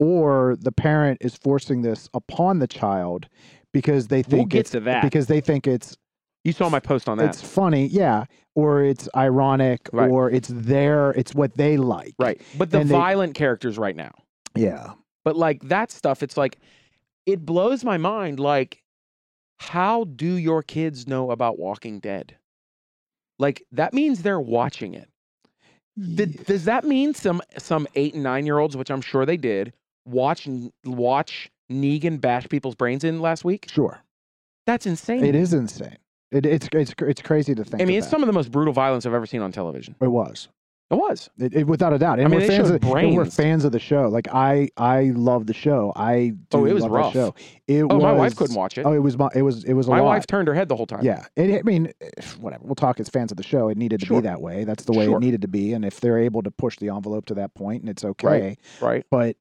Speaker 3: or the parent is forcing this upon the child because they think
Speaker 2: we'll get
Speaker 3: it's
Speaker 2: to that.
Speaker 3: because they think it's
Speaker 2: you saw my post on that.
Speaker 3: it's funny, yeah, or it's ironic,
Speaker 2: Right.
Speaker 3: or it's their it's what they like,
Speaker 2: Right. But the
Speaker 3: and they-
Speaker 2: violent characters right now.
Speaker 3: Yeah,
Speaker 2: But like that stuff, it's like, it blows my mind. Like, how do your kids know about Walking Dead? Like, that means they're watching it. Did, Does that mean some some eight and nine year olds, which I'm sure they did, watch watch Negan bash people's brains in last week?
Speaker 3: sure,
Speaker 2: That's insane. to
Speaker 3: it is insane. It, it's it's it's crazy to think.
Speaker 2: I mean,
Speaker 3: about.
Speaker 2: it's some of the most brutal violence I've ever seen on television.
Speaker 3: it was.
Speaker 2: It was.
Speaker 3: It, it, without a doubt. And
Speaker 2: mean,
Speaker 3: we're
Speaker 2: they
Speaker 3: fans
Speaker 2: showed
Speaker 3: of, and we're
Speaker 2: brains.
Speaker 3: fans of the show. Like I I love the show. I do
Speaker 2: Oh, it was
Speaker 3: love
Speaker 2: rough.
Speaker 3: the show. It
Speaker 2: Oh,
Speaker 3: was,
Speaker 2: my wife couldn't watch it.
Speaker 3: Oh, it was mo- it was it was a
Speaker 2: my
Speaker 3: lot.
Speaker 2: wife turned her head the whole time.
Speaker 3: yeah, it, I mean, whatever. We'll talk as fans of the show. It needed to
Speaker 2: Sure.
Speaker 3: be that way. That's the way
Speaker 2: Sure.
Speaker 3: it needed to be. And if they're able to push the envelope to that point, and it's okay.
Speaker 2: Right.
Speaker 3: But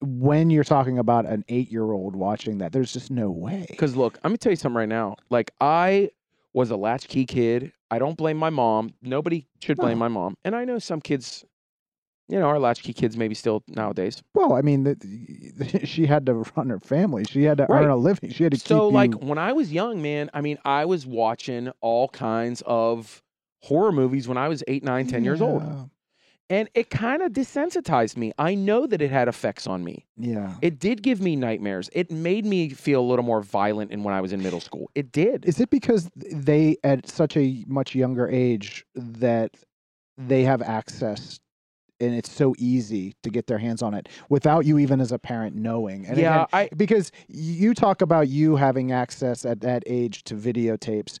Speaker 3: when you're talking about an eight year old watching that, there's just no way.
Speaker 2: Because look, I'm gonna tell you something right now. Like I was a latchkey kid. I don't blame my mom. Nobody should blame my
Speaker 3: No.
Speaker 2: mom. And I know some kids, you know, are latchkey kids maybe still nowadays.
Speaker 3: Well, I mean, the, she had to run her family. She had to
Speaker 2: Right.
Speaker 3: earn a living. She had to
Speaker 2: So
Speaker 3: keep
Speaker 2: like
Speaker 3: you-
Speaker 2: when I was young, man, I mean, I was watching all kinds of horror movies when I was eight, nine, ten years old.
Speaker 3: Yeah.
Speaker 2: And it kind of desensitized me. I know that it had effects on me.
Speaker 3: Yeah.
Speaker 2: It did give me nightmares. It made me feel a little more violent in when I was in middle school. It did.
Speaker 3: Is it because th- they at such a much younger age that they have access and it's so easy to get their hands on it without you even as a parent knowing? And
Speaker 2: yeah,
Speaker 3: again,
Speaker 2: I
Speaker 3: because you talk about you having access at that age to videotapes.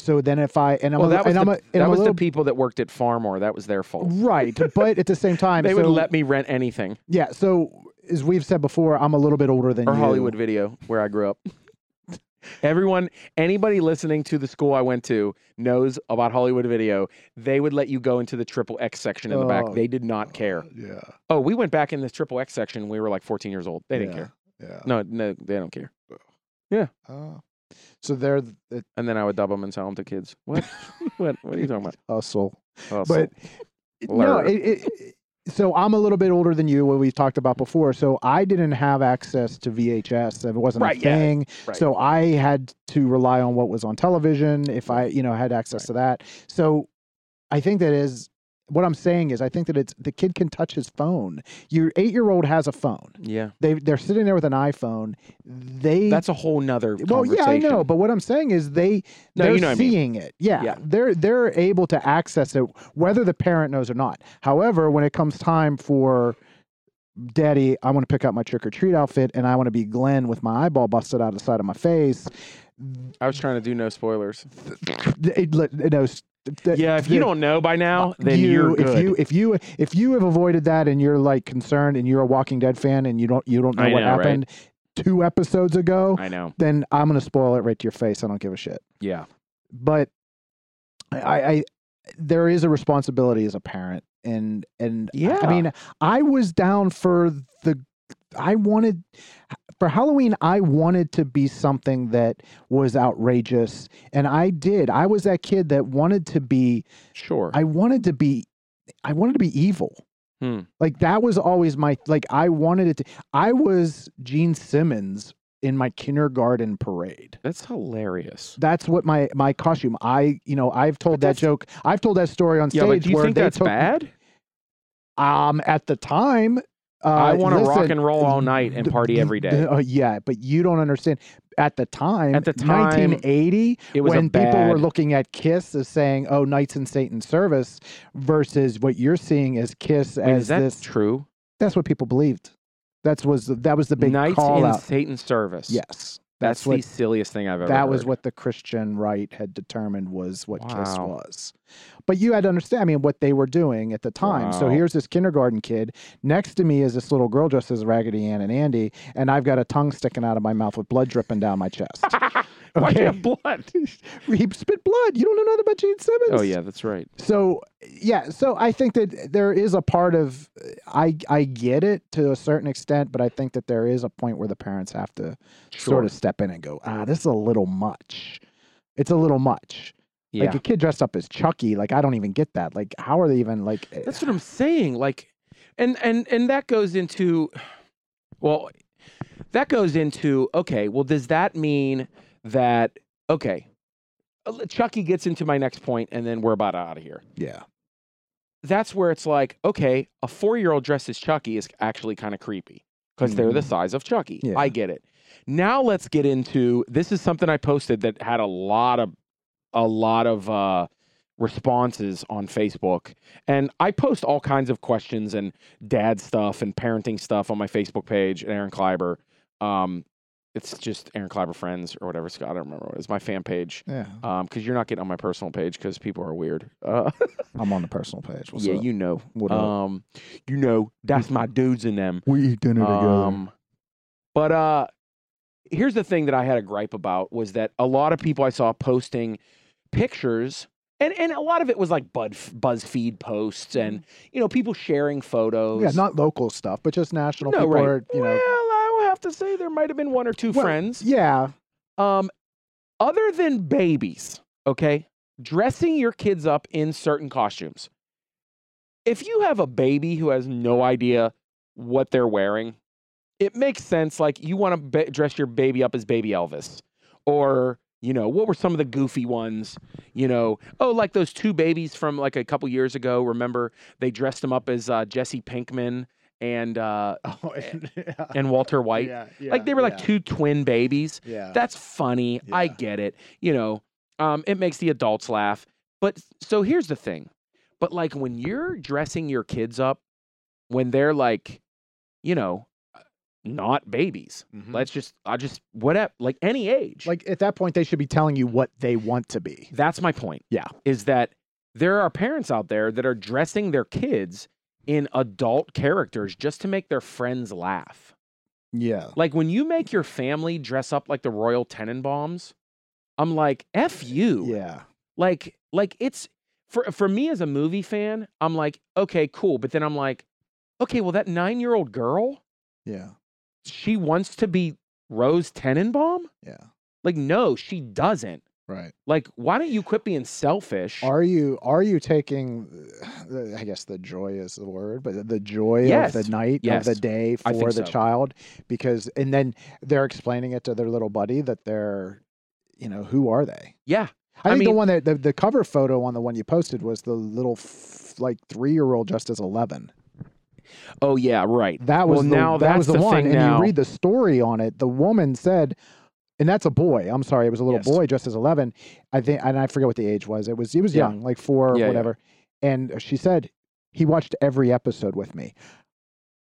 Speaker 3: So then if I and I'm
Speaker 2: Well,
Speaker 3: a, li-
Speaker 2: that was
Speaker 3: and I'm
Speaker 2: the-
Speaker 3: a, and
Speaker 2: that
Speaker 3: I'm
Speaker 2: was
Speaker 3: a
Speaker 2: the
Speaker 3: little,
Speaker 2: people that worked at Farmore. That was their fault.
Speaker 3: right, but at the same time
Speaker 2: They would
Speaker 3: so-
Speaker 2: let me rent anything
Speaker 3: Yeah, so as we've said before, I'm a little bit older than
Speaker 2: or
Speaker 3: you.
Speaker 2: Hollywood Video where I grew up. Everyone, anybody listening to the school I went to knows about Hollywood Video. They would let you go into the triple X section in the back.
Speaker 3: Oh,
Speaker 2: They did not care.
Speaker 3: Yeah.
Speaker 2: Oh, we went back in the triple X section. when We were like 14 years old. They didn't care.
Speaker 3: Yeah.
Speaker 2: No, no, they don't care.
Speaker 3: Oh. so they're the
Speaker 2: And then I would dub them and tell them to kids. What? what? What are you talking about?
Speaker 3: hustle.
Speaker 2: Oh, so-
Speaker 3: but no,
Speaker 2: Blur.
Speaker 3: it, it, it- so I'm a little bit older than you, what we've talked about before. So I didn't have access to VHS; it wasn't
Speaker 2: Right,
Speaker 3: a
Speaker 2: yeah,
Speaker 3: thing.
Speaker 2: right.
Speaker 3: So I had to rely on what was on television if I, you know, had access to that. So I think that is what I'm saying is I think that it's the kid can touch his phone. Your eight year old has a phone.
Speaker 2: Yeah.
Speaker 3: They they're sitting there with an iPhone. They
Speaker 2: That's a whole nother
Speaker 3: well, yeah, I
Speaker 2: conversation.
Speaker 3: know, but what I'm saying is they
Speaker 2: No,
Speaker 3: they're
Speaker 2: you know what I mean.
Speaker 3: seeing it. Yeah,
Speaker 2: Yeah.
Speaker 3: they're they're able to access it whether the parent knows or not. However, when it comes time for Daddy, I want to pick out my trick or treat outfit, and I want to be Glenn with my eyeball busted out of the side of my face.
Speaker 2: I was trying to do no spoilers.
Speaker 3: It, let- it knows. th-
Speaker 2: Yeah, if you
Speaker 3: th-
Speaker 2: don't know by now, then
Speaker 3: you-
Speaker 2: are good.
Speaker 3: if you if you if you have avoided that and you're like concerned and you're a Walking Dead fan and you don't you don't know
Speaker 2: I
Speaker 3: what
Speaker 2: know, right?
Speaker 3: happened two episodes ago,
Speaker 2: I know.
Speaker 3: then I'm gonna spoil it right to your face. I don't give a shit.
Speaker 2: Yeah.
Speaker 3: but I, I there is a responsibility as a parent, and and I-
Speaker 2: Yeah.
Speaker 3: I mean, I was down for the I wanted for Halloween. I wanted to be something that was outrageous, and I did. I was that kid that wanted to be.
Speaker 2: Sure.
Speaker 3: I wanted to be. I wanted to be evil.
Speaker 2: Hmm.
Speaker 3: Like that was always my like. I wanted it to. I was Gene Simmons in my kindergarten parade.
Speaker 2: That's hilarious.
Speaker 3: That's what my my costume. I you know I've told that
Speaker 2: that's-
Speaker 3: joke. I've told that story on stage
Speaker 2: Yeah, but do you
Speaker 3: where
Speaker 2: think
Speaker 3: they
Speaker 2: that's
Speaker 3: took,
Speaker 2: bad?
Speaker 3: Um, at the time, uh,
Speaker 2: I want to rock
Speaker 3: listen,
Speaker 2: and roll all night and
Speaker 3: th-
Speaker 2: party
Speaker 3: th-
Speaker 2: every day.
Speaker 3: th- uh, yeah, but you don't understand. At the time,
Speaker 2: At the time,
Speaker 3: 1980,
Speaker 2: It was a
Speaker 3: when people were
Speaker 2: bad-
Speaker 3: looking at Kiss as saying, "Oh, Knights in Satan's Service," versus what you're seeing as Kiss
Speaker 2: Wait,
Speaker 3: as
Speaker 2: is that
Speaker 3: this.
Speaker 2: true?
Speaker 3: That's what people believed. That's was the, that was the big
Speaker 2: Knights
Speaker 3: call
Speaker 2: in
Speaker 3: out.
Speaker 2: Satan's service.
Speaker 3: Yes,
Speaker 2: That's,
Speaker 3: that's what
Speaker 2: the silliest thing I've ever
Speaker 3: that was
Speaker 2: heard.
Speaker 3: what the Christian right had determined was what Kiss
Speaker 2: Wow.
Speaker 3: was. But you had to understand, I mean, what they were doing at the time. So
Speaker 2: Wow.
Speaker 3: here's this kindergarten kid. Next to me is this little girl dressed as Raggedy Ann and Andy, and I've got a tongue sticking out of my mouth with blood dripping down my chest.
Speaker 2: Why'd you
Speaker 3: Okay.
Speaker 2: have blood?
Speaker 3: he spit blood. You don't know nothing about Gene Simmons.
Speaker 2: oh yeah, that's right.
Speaker 3: So yeah, so I think that there is a part of I I get it to a certain extent, but I think that there is a point where the parents have to sort of step in and go, ah, this is a little much. It's a little much.
Speaker 2: Yeah.
Speaker 3: Like a kid dressed up as Chucky, like I don't even get that. Like how are they even like eh,
Speaker 2: That's what I'm saying. Like, and and and that goes into, well, that goes into okay. Well, does that mean that okay? uh, Chucky gets into my next point, and then we're about out of here.
Speaker 3: yeah.
Speaker 2: That's where it's like okay, a four year old dressed as Chucky is actually kind of creepy because they're the
Speaker 3: Mhm.
Speaker 2: size of Chucky.
Speaker 3: Yeah.
Speaker 2: I get it. Now let's get into this is something I posted that had a lot of a lot of uh, responses on Facebook, and I post all kinds of questions and dad stuff and parenting stuff on my Facebook page, Aaron Kleiber. Um, it's just Aaron Kleiber friends or whatever. Scott, I don't remember what it is. My fan page.
Speaker 3: Yeah.
Speaker 2: Um, because you're not getting on my personal page because people are weird. Uh,
Speaker 3: I'm on the personal page. What's
Speaker 2: yeah,
Speaker 3: up?
Speaker 2: you know.
Speaker 3: What up?
Speaker 2: Um, you know,
Speaker 3: Mm-hmm.
Speaker 2: that's my dudes in them.
Speaker 3: we eat dinner
Speaker 2: Um, but uh, here's the thing that I had a gripe about was that a lot of people I saw posting pictures, and and a lot of it was like Bud, BuzzFeed posts, and you know people sharing photos.
Speaker 3: Mm-hmm. Yeah, not local stuff, but just national
Speaker 2: No,
Speaker 3: people
Speaker 2: right.
Speaker 3: are, you
Speaker 2: well,
Speaker 3: know
Speaker 2: I will have to say there might have been one or two
Speaker 3: Well,
Speaker 2: friends.
Speaker 3: Yeah.
Speaker 2: Um, other than babies, okay, dressing your kids up in certain costumes. If you have a baby who has no idea what they're wearing, it makes sense. Like you want to ba- dress your baby up as baby Elvis, or you know, what were some of the goofy ones? You know, oh, like those two babies from like a couple years ago. Remember they dressed them up as uh, Jesse Pinkman and uh,
Speaker 3: Oh, and, yeah.
Speaker 2: and Walter White. like they were like two twin babies.
Speaker 3: Yeah.
Speaker 2: That's funny. I
Speaker 3: Yeah.
Speaker 2: get it. You know, um, it makes the adults laugh. But so here's the thing. But like when you're dressing your kids up, when they're like, you know, uh, not babies. Let's just, I just, whatever, like any age.
Speaker 3: Mm-hmm. like at that point they should be telling you what they want to be.
Speaker 2: that's my point.
Speaker 3: Yeah.
Speaker 2: Is that there are parents out there that are dressing their kids in adult characters just to make their friends laugh.
Speaker 3: Yeah.
Speaker 2: Like when you make your family dress up like the Royal Tenenbaums, I'm like, F you.
Speaker 3: Yeah.
Speaker 2: Like, like it's for for me as a movie fan, I'm like, okay, cool. But then I'm like, okay, well, that nine year old girl,
Speaker 3: Yeah.
Speaker 2: she wants to be Rose Tenenbaum?
Speaker 3: Yeah.
Speaker 2: Like, no, she doesn't.
Speaker 3: Right.
Speaker 2: Like, why don't you quit being selfish?
Speaker 3: Are you are you taking? uh, I guess the joy is the word, but the joy of
Speaker 2: Yes.
Speaker 3: the night
Speaker 2: Yes.
Speaker 3: of the day
Speaker 2: I think
Speaker 3: for the
Speaker 2: so.
Speaker 3: child, because and then they're explaining it to their little buddy that they're, you know, who are they?
Speaker 2: yeah.
Speaker 3: I
Speaker 2: I
Speaker 3: think the
Speaker 2: mean-
Speaker 3: one that the, the cover photo on the one you posted was the little f- like three year old Justice Eleven.
Speaker 2: Oh yeah, right.
Speaker 3: That was
Speaker 2: well,
Speaker 3: the,
Speaker 2: now
Speaker 3: that
Speaker 2: that's
Speaker 3: was the, one.
Speaker 2: thing
Speaker 3: And
Speaker 2: now.
Speaker 3: you read the story on it. The woman said, and that's a boy. I'm sorry, it was a little
Speaker 2: Yes.
Speaker 3: boy, Justice Eleven. I think, and I forget what the age was. It was he was
Speaker 2: Yeah.
Speaker 3: young, like four,
Speaker 2: Yeah, yeah.
Speaker 3: whatever. And she said he watched every episode with me.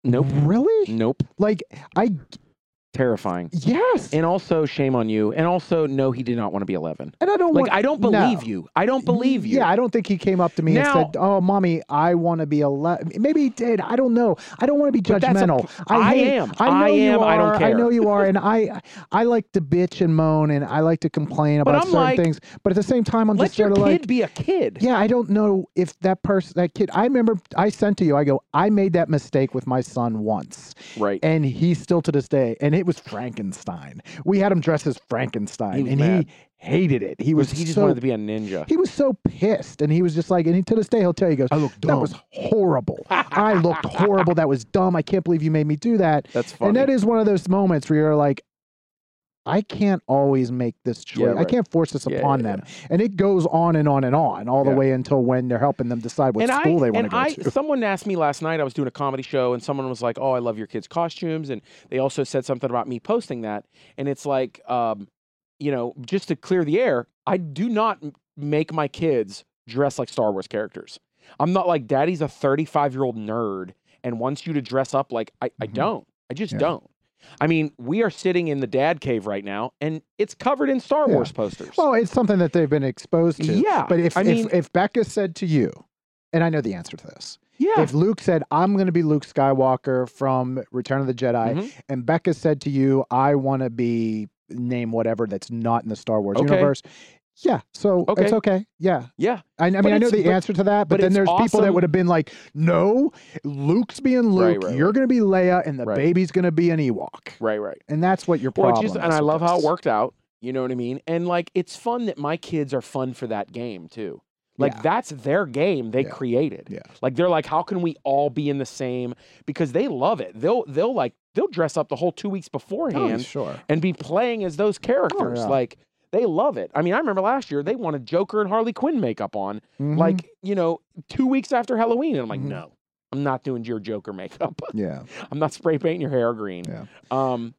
Speaker 2: nope,
Speaker 3: Really?
Speaker 2: nope,
Speaker 3: Like I
Speaker 2: terrifying.
Speaker 3: yes, and,
Speaker 2: And also shame on you. And also no, he did not want to be eleven.
Speaker 3: I don't
Speaker 2: Like
Speaker 3: want,
Speaker 2: I don't
Speaker 3: no.
Speaker 2: believe you. I don't believe you.
Speaker 3: Yeah, I don't think he came up to me
Speaker 2: Now-
Speaker 3: and said, "Oh, mommy, I want to be a." Le-. Maybe he did. I don't know. I don't want to be
Speaker 2: But that's a
Speaker 3: judgmental. I
Speaker 2: I
Speaker 3: hate,
Speaker 2: am.
Speaker 3: I, know
Speaker 2: I
Speaker 3: you
Speaker 2: am.
Speaker 3: Are,
Speaker 2: I don't
Speaker 3: I know
Speaker 2: care.
Speaker 3: you are, and I, I like to bitch and moan, and I like to complain
Speaker 2: But
Speaker 3: about
Speaker 2: I'm
Speaker 3: certain
Speaker 2: like,
Speaker 3: things. But at the same time, I'm
Speaker 2: Let
Speaker 3: just
Speaker 2: your
Speaker 3: sort
Speaker 2: kid
Speaker 3: of like,
Speaker 2: be a kid.
Speaker 3: yeah, I don't know if that person, that kid. I remember I sent to you. I go, I made that mistake with my son once,
Speaker 2: Right.
Speaker 3: and he still to this day, and it was Frankenstein. We had him dressed as Frankenstein,
Speaker 2: He was
Speaker 3: and
Speaker 2: mad.
Speaker 3: he hated it. He was,
Speaker 2: he just
Speaker 3: so
Speaker 2: wanted to be a ninja.
Speaker 3: he was so pissed, and he was just like, and he, to this day he'll tell you, he goes,
Speaker 2: I look
Speaker 3: "That was horrible. I looked horrible. That was dumb. I can't believe you made me do that."
Speaker 2: That's funny.
Speaker 3: And that is one of those moments where you're like, "I can't always make this choice.
Speaker 2: Yeah,
Speaker 3: I
Speaker 2: right.
Speaker 3: can't force this
Speaker 2: Yeah,
Speaker 3: upon
Speaker 2: yeah,
Speaker 3: them." And it goes on and on and on, all
Speaker 2: Yeah.
Speaker 3: the way until when they're helping them decide what
Speaker 2: and
Speaker 3: school
Speaker 2: I,
Speaker 3: they want
Speaker 2: and
Speaker 3: to go
Speaker 2: I,
Speaker 3: to.
Speaker 2: Someone asked me last night. I was doing a comedy show, and someone was like, "Oh, I love your kids' costumes," and they also said something about me posting that. And it's like, um, you know, just to clear the air, I do not m- make my kids dress like Star Wars characters. I'm not like, "Daddy's a 35 year old nerd and wants you to dress up like." I, I
Speaker 3: Mhm.
Speaker 2: don't. I just
Speaker 3: Yeah.
Speaker 2: don't. I mean, we are sitting in the dad cave right now, and it's covered in Star
Speaker 3: Yeah.
Speaker 2: Wars posters.
Speaker 3: Well, it's something that they've been exposed to.
Speaker 2: yeah,
Speaker 3: But if
Speaker 2: I mean,
Speaker 3: if, if Becca said to you, and I know the answer to this,
Speaker 2: yeah,
Speaker 3: if Luke said, I'm going to be Luke Skywalker from Return of the Jedi,
Speaker 2: Mhm.
Speaker 3: and Becca said to you, I want to be name whatever that's not in the Star Wars
Speaker 2: Okay.
Speaker 3: universe. Yeah, so
Speaker 2: Okay.
Speaker 3: it's okay. Yeah,
Speaker 2: yeah,
Speaker 3: I, I mean, I know
Speaker 2: it's-
Speaker 3: the
Speaker 2: but-
Speaker 3: answer to that, but,
Speaker 2: but
Speaker 3: then
Speaker 2: it's
Speaker 3: there's people that
Speaker 2: awesome-
Speaker 3: would have been like, "No, Luke's being
Speaker 2: Right,
Speaker 3: Luke.
Speaker 2: right,
Speaker 3: you're
Speaker 2: right.
Speaker 3: going to be Leia, and the
Speaker 2: Right.
Speaker 3: baby's going to be an Ewok."
Speaker 2: right, right.
Speaker 3: And that's what your
Speaker 2: Well,
Speaker 3: problem.
Speaker 2: it just
Speaker 3: is
Speaker 2: and I
Speaker 3: with
Speaker 2: love how it
Speaker 3: this.
Speaker 2: worked out. You know what I mean? And like, it's fun that my kids are fun for that game too. Like
Speaker 3: Yeah.
Speaker 2: that's their game they
Speaker 3: Yeah.
Speaker 2: created.
Speaker 3: Yeah.
Speaker 2: Like they're like, how can we all be in the same? Because they love it. They'll they'll like they'll dress up the whole two weeks
Speaker 3: Oh,
Speaker 2: beforehand
Speaker 3: sure.
Speaker 2: and be playing as those characters.
Speaker 3: Oh, yeah.
Speaker 2: Like they love it. I mean, I remember last year they wanted Joker and Harley Quinn makeup on,
Speaker 3: Mhm.
Speaker 2: like you know, two weeks after Halloween. And I'm like,
Speaker 3: Mhm.
Speaker 2: no, I'm not doing your Joker makeup.
Speaker 3: yeah.
Speaker 2: I'm not spray painting your hair green.
Speaker 3: Yeah.
Speaker 2: Um,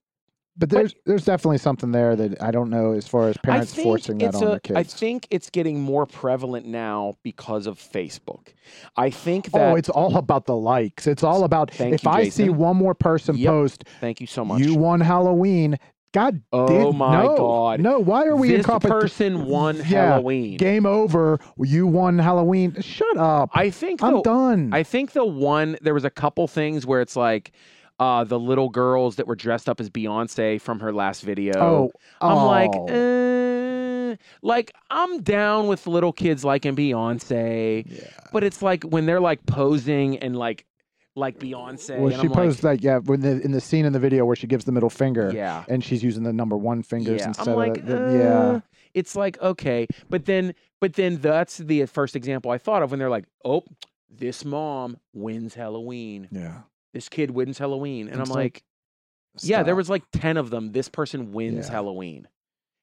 Speaker 3: But
Speaker 2: But-
Speaker 3: there's there's definitely something there that I don't know as far as parents
Speaker 2: I think
Speaker 3: forcing that
Speaker 2: it's
Speaker 3: on
Speaker 2: a-
Speaker 3: their kids.
Speaker 2: I think it's getting more prevalent now because of Facebook. I think that.
Speaker 3: oh, it's all about the likes. It's all about
Speaker 2: Thank
Speaker 3: if
Speaker 2: you,
Speaker 3: I see
Speaker 2: Jason.
Speaker 3: one more person
Speaker 2: Yep,
Speaker 3: post,
Speaker 2: thank you so much.
Speaker 3: you won Halloween. God,
Speaker 2: oh
Speaker 3: did,
Speaker 2: my
Speaker 3: no,
Speaker 2: God!
Speaker 3: no. Why are we
Speaker 2: this
Speaker 3: in competition?
Speaker 2: person won
Speaker 3: Yeah,
Speaker 2: Halloween.
Speaker 3: Game over. You won Halloween. Shut up.
Speaker 2: I think
Speaker 3: I'm
Speaker 2: the,
Speaker 3: done.
Speaker 2: I think the one there was a couple things where it's like uh, the little girls that were dressed up as Beyonce from her last video.
Speaker 3: oh,
Speaker 2: I'm like,
Speaker 3: oh.
Speaker 2: eh, like I'm down with little kids liking Beyonce,
Speaker 3: Yeah.
Speaker 2: but it's like when they're like posing and like like Beyonce.
Speaker 3: Well,
Speaker 2: and
Speaker 3: she
Speaker 2: I'm
Speaker 3: posed like, yeah, when the, in the scene in the video where she gives the middle finger,
Speaker 2: like, yeah,
Speaker 3: and she's using the number one fingers
Speaker 2: yeah.
Speaker 3: instead
Speaker 2: I'm like,
Speaker 3: of the, the- yeah.
Speaker 2: uh, It's like okay, but then but then that's the first example I thought of when they're like, oh, this mom wins Halloween.
Speaker 3: Yeah.
Speaker 2: This kid wins Halloween, and
Speaker 3: It's
Speaker 2: I'm
Speaker 3: like,
Speaker 2: like, yeah, there
Speaker 3: Stop.
Speaker 2: was like 10 of them. This person wins
Speaker 3: Yeah.
Speaker 2: Halloween.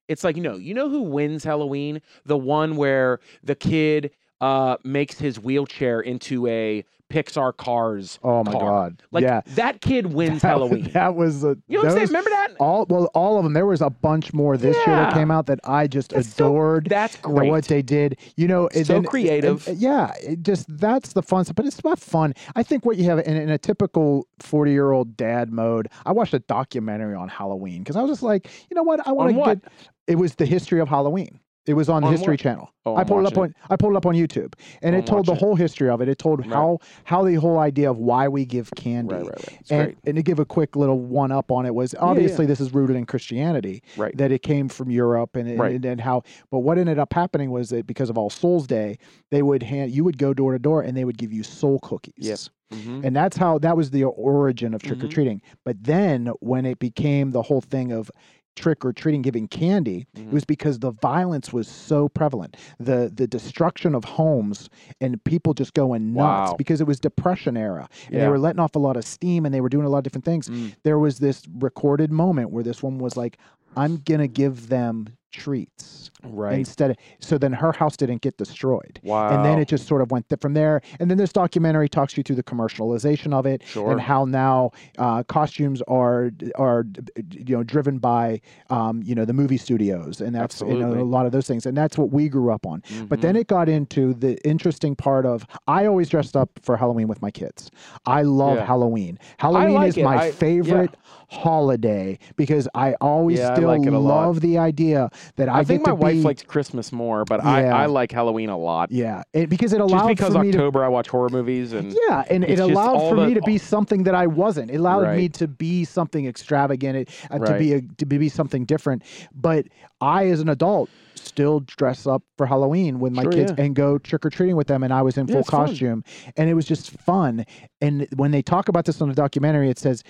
Speaker 2: It's like, no, you know who wins Halloween? The one where the kid uh, makes his wheelchair into a Pixar Cars.
Speaker 3: Oh my
Speaker 2: car.
Speaker 3: god.
Speaker 2: Like,
Speaker 3: yeah.
Speaker 2: that kid wins
Speaker 3: That-
Speaker 2: Halloween.
Speaker 3: That was a,
Speaker 2: you know what I'm saying?
Speaker 3: those-
Speaker 2: Remember that?
Speaker 3: all well, all of them. There was a bunch more this year that
Speaker 2: Yeah.
Speaker 3: came out that I just
Speaker 2: That's so
Speaker 3: adored.
Speaker 2: That's
Speaker 3: the-
Speaker 2: great.
Speaker 3: What they did, you know, and
Speaker 2: So
Speaker 3: then-
Speaker 2: creative.
Speaker 3: and- yeah, it just that's the fun stuff. But it's about fun. I think what you have in, in a typical forty-year-old dad mode. I watched a documentary on Halloween because I was just like, you know what, I want
Speaker 2: On
Speaker 3: to
Speaker 2: what?
Speaker 3: get. It was the history of Halloween. It was on the
Speaker 2: On
Speaker 3: History
Speaker 2: what?
Speaker 3: Channel.
Speaker 2: Oh,
Speaker 3: I
Speaker 2: I'm
Speaker 3: pulled it up
Speaker 2: watching
Speaker 3: on I pulled it up on YouTube, and
Speaker 2: I'm
Speaker 3: it told the
Speaker 2: watching it.
Speaker 3: whole history of it. It told
Speaker 2: Right.
Speaker 3: how how the whole idea of why we give candy.
Speaker 2: Right, right, right. It's
Speaker 3: and,
Speaker 2: great.
Speaker 3: and to give a quick little one up on it was
Speaker 2: yeah.
Speaker 3: obviously this is rooted in Christianity
Speaker 2: Right.
Speaker 3: that it came from Europe and, and-
Speaker 2: Right.
Speaker 3: and how but what ended up happening was that because of All Souls Day they would hand you would go door to door and they would give you soul cookies
Speaker 2: Yes. Mhm.
Speaker 3: and that's how that was the origin of trick or
Speaker 2: Mhm.
Speaker 3: treating but then when it became the whole thing of trick or treating giving candy
Speaker 2: Mhm.
Speaker 3: it was because the violence was so prevalent the the destruction of homes and people just going nuts
Speaker 2: Wow.
Speaker 3: because it was depression era and
Speaker 2: Yeah.
Speaker 3: they were letting off a lot of steam and they were doing a lot of different things
Speaker 2: Mm.
Speaker 3: there was this recorded moment where this woman was like i'm gonna give them treats
Speaker 2: Right.
Speaker 3: instead of so then her house didn't get destroyed
Speaker 2: wow.
Speaker 3: and then it just sort of went th- from there and then this documentary talks you through the commercialization of it
Speaker 2: sure.
Speaker 3: and how now uh, costumes are are you know driven by um, you know the movie studios and that's you know,
Speaker 2: Absolutely. Mm-hmm.
Speaker 3: a lot of those things and that's what we grew up on but then it got into the interesting part of I always dressed up for Halloween with my kids. I love
Speaker 2: Yeah.
Speaker 3: Halloween. Halloween
Speaker 2: like
Speaker 3: is
Speaker 2: it.
Speaker 3: my
Speaker 2: I- yeah.
Speaker 3: favorite holiday because I always
Speaker 2: Yeah, I
Speaker 3: still
Speaker 2: like it a lot.
Speaker 3: love the idea that I,
Speaker 2: I, think my
Speaker 3: get to
Speaker 2: wife
Speaker 3: be-
Speaker 2: likes Christmas more, but I,
Speaker 3: Yeah.
Speaker 2: I like Halloween a lot.
Speaker 3: yeah, it, because it
Speaker 2: Just
Speaker 3: allowed
Speaker 2: because
Speaker 3: for me to
Speaker 2: October I watch horror movies and
Speaker 3: yeah, and
Speaker 2: it's
Speaker 3: it
Speaker 2: just
Speaker 3: allowed
Speaker 2: all
Speaker 3: for
Speaker 2: the-
Speaker 3: me to be something that I wasn't. It allowed me
Speaker 2: Right.
Speaker 3: to be something extravagant, it, uh, to
Speaker 2: Right.
Speaker 3: be a, to be something different. But I, as an adult, still dress up for Halloween with my
Speaker 2: Sure,
Speaker 3: kids
Speaker 2: yeah.
Speaker 3: and go trick or treating with them, and I was in
Speaker 2: Yeah,
Speaker 3: full
Speaker 2: it's fun.
Speaker 3: costume, and it was just fun. And when they talk about this on the documentary, it says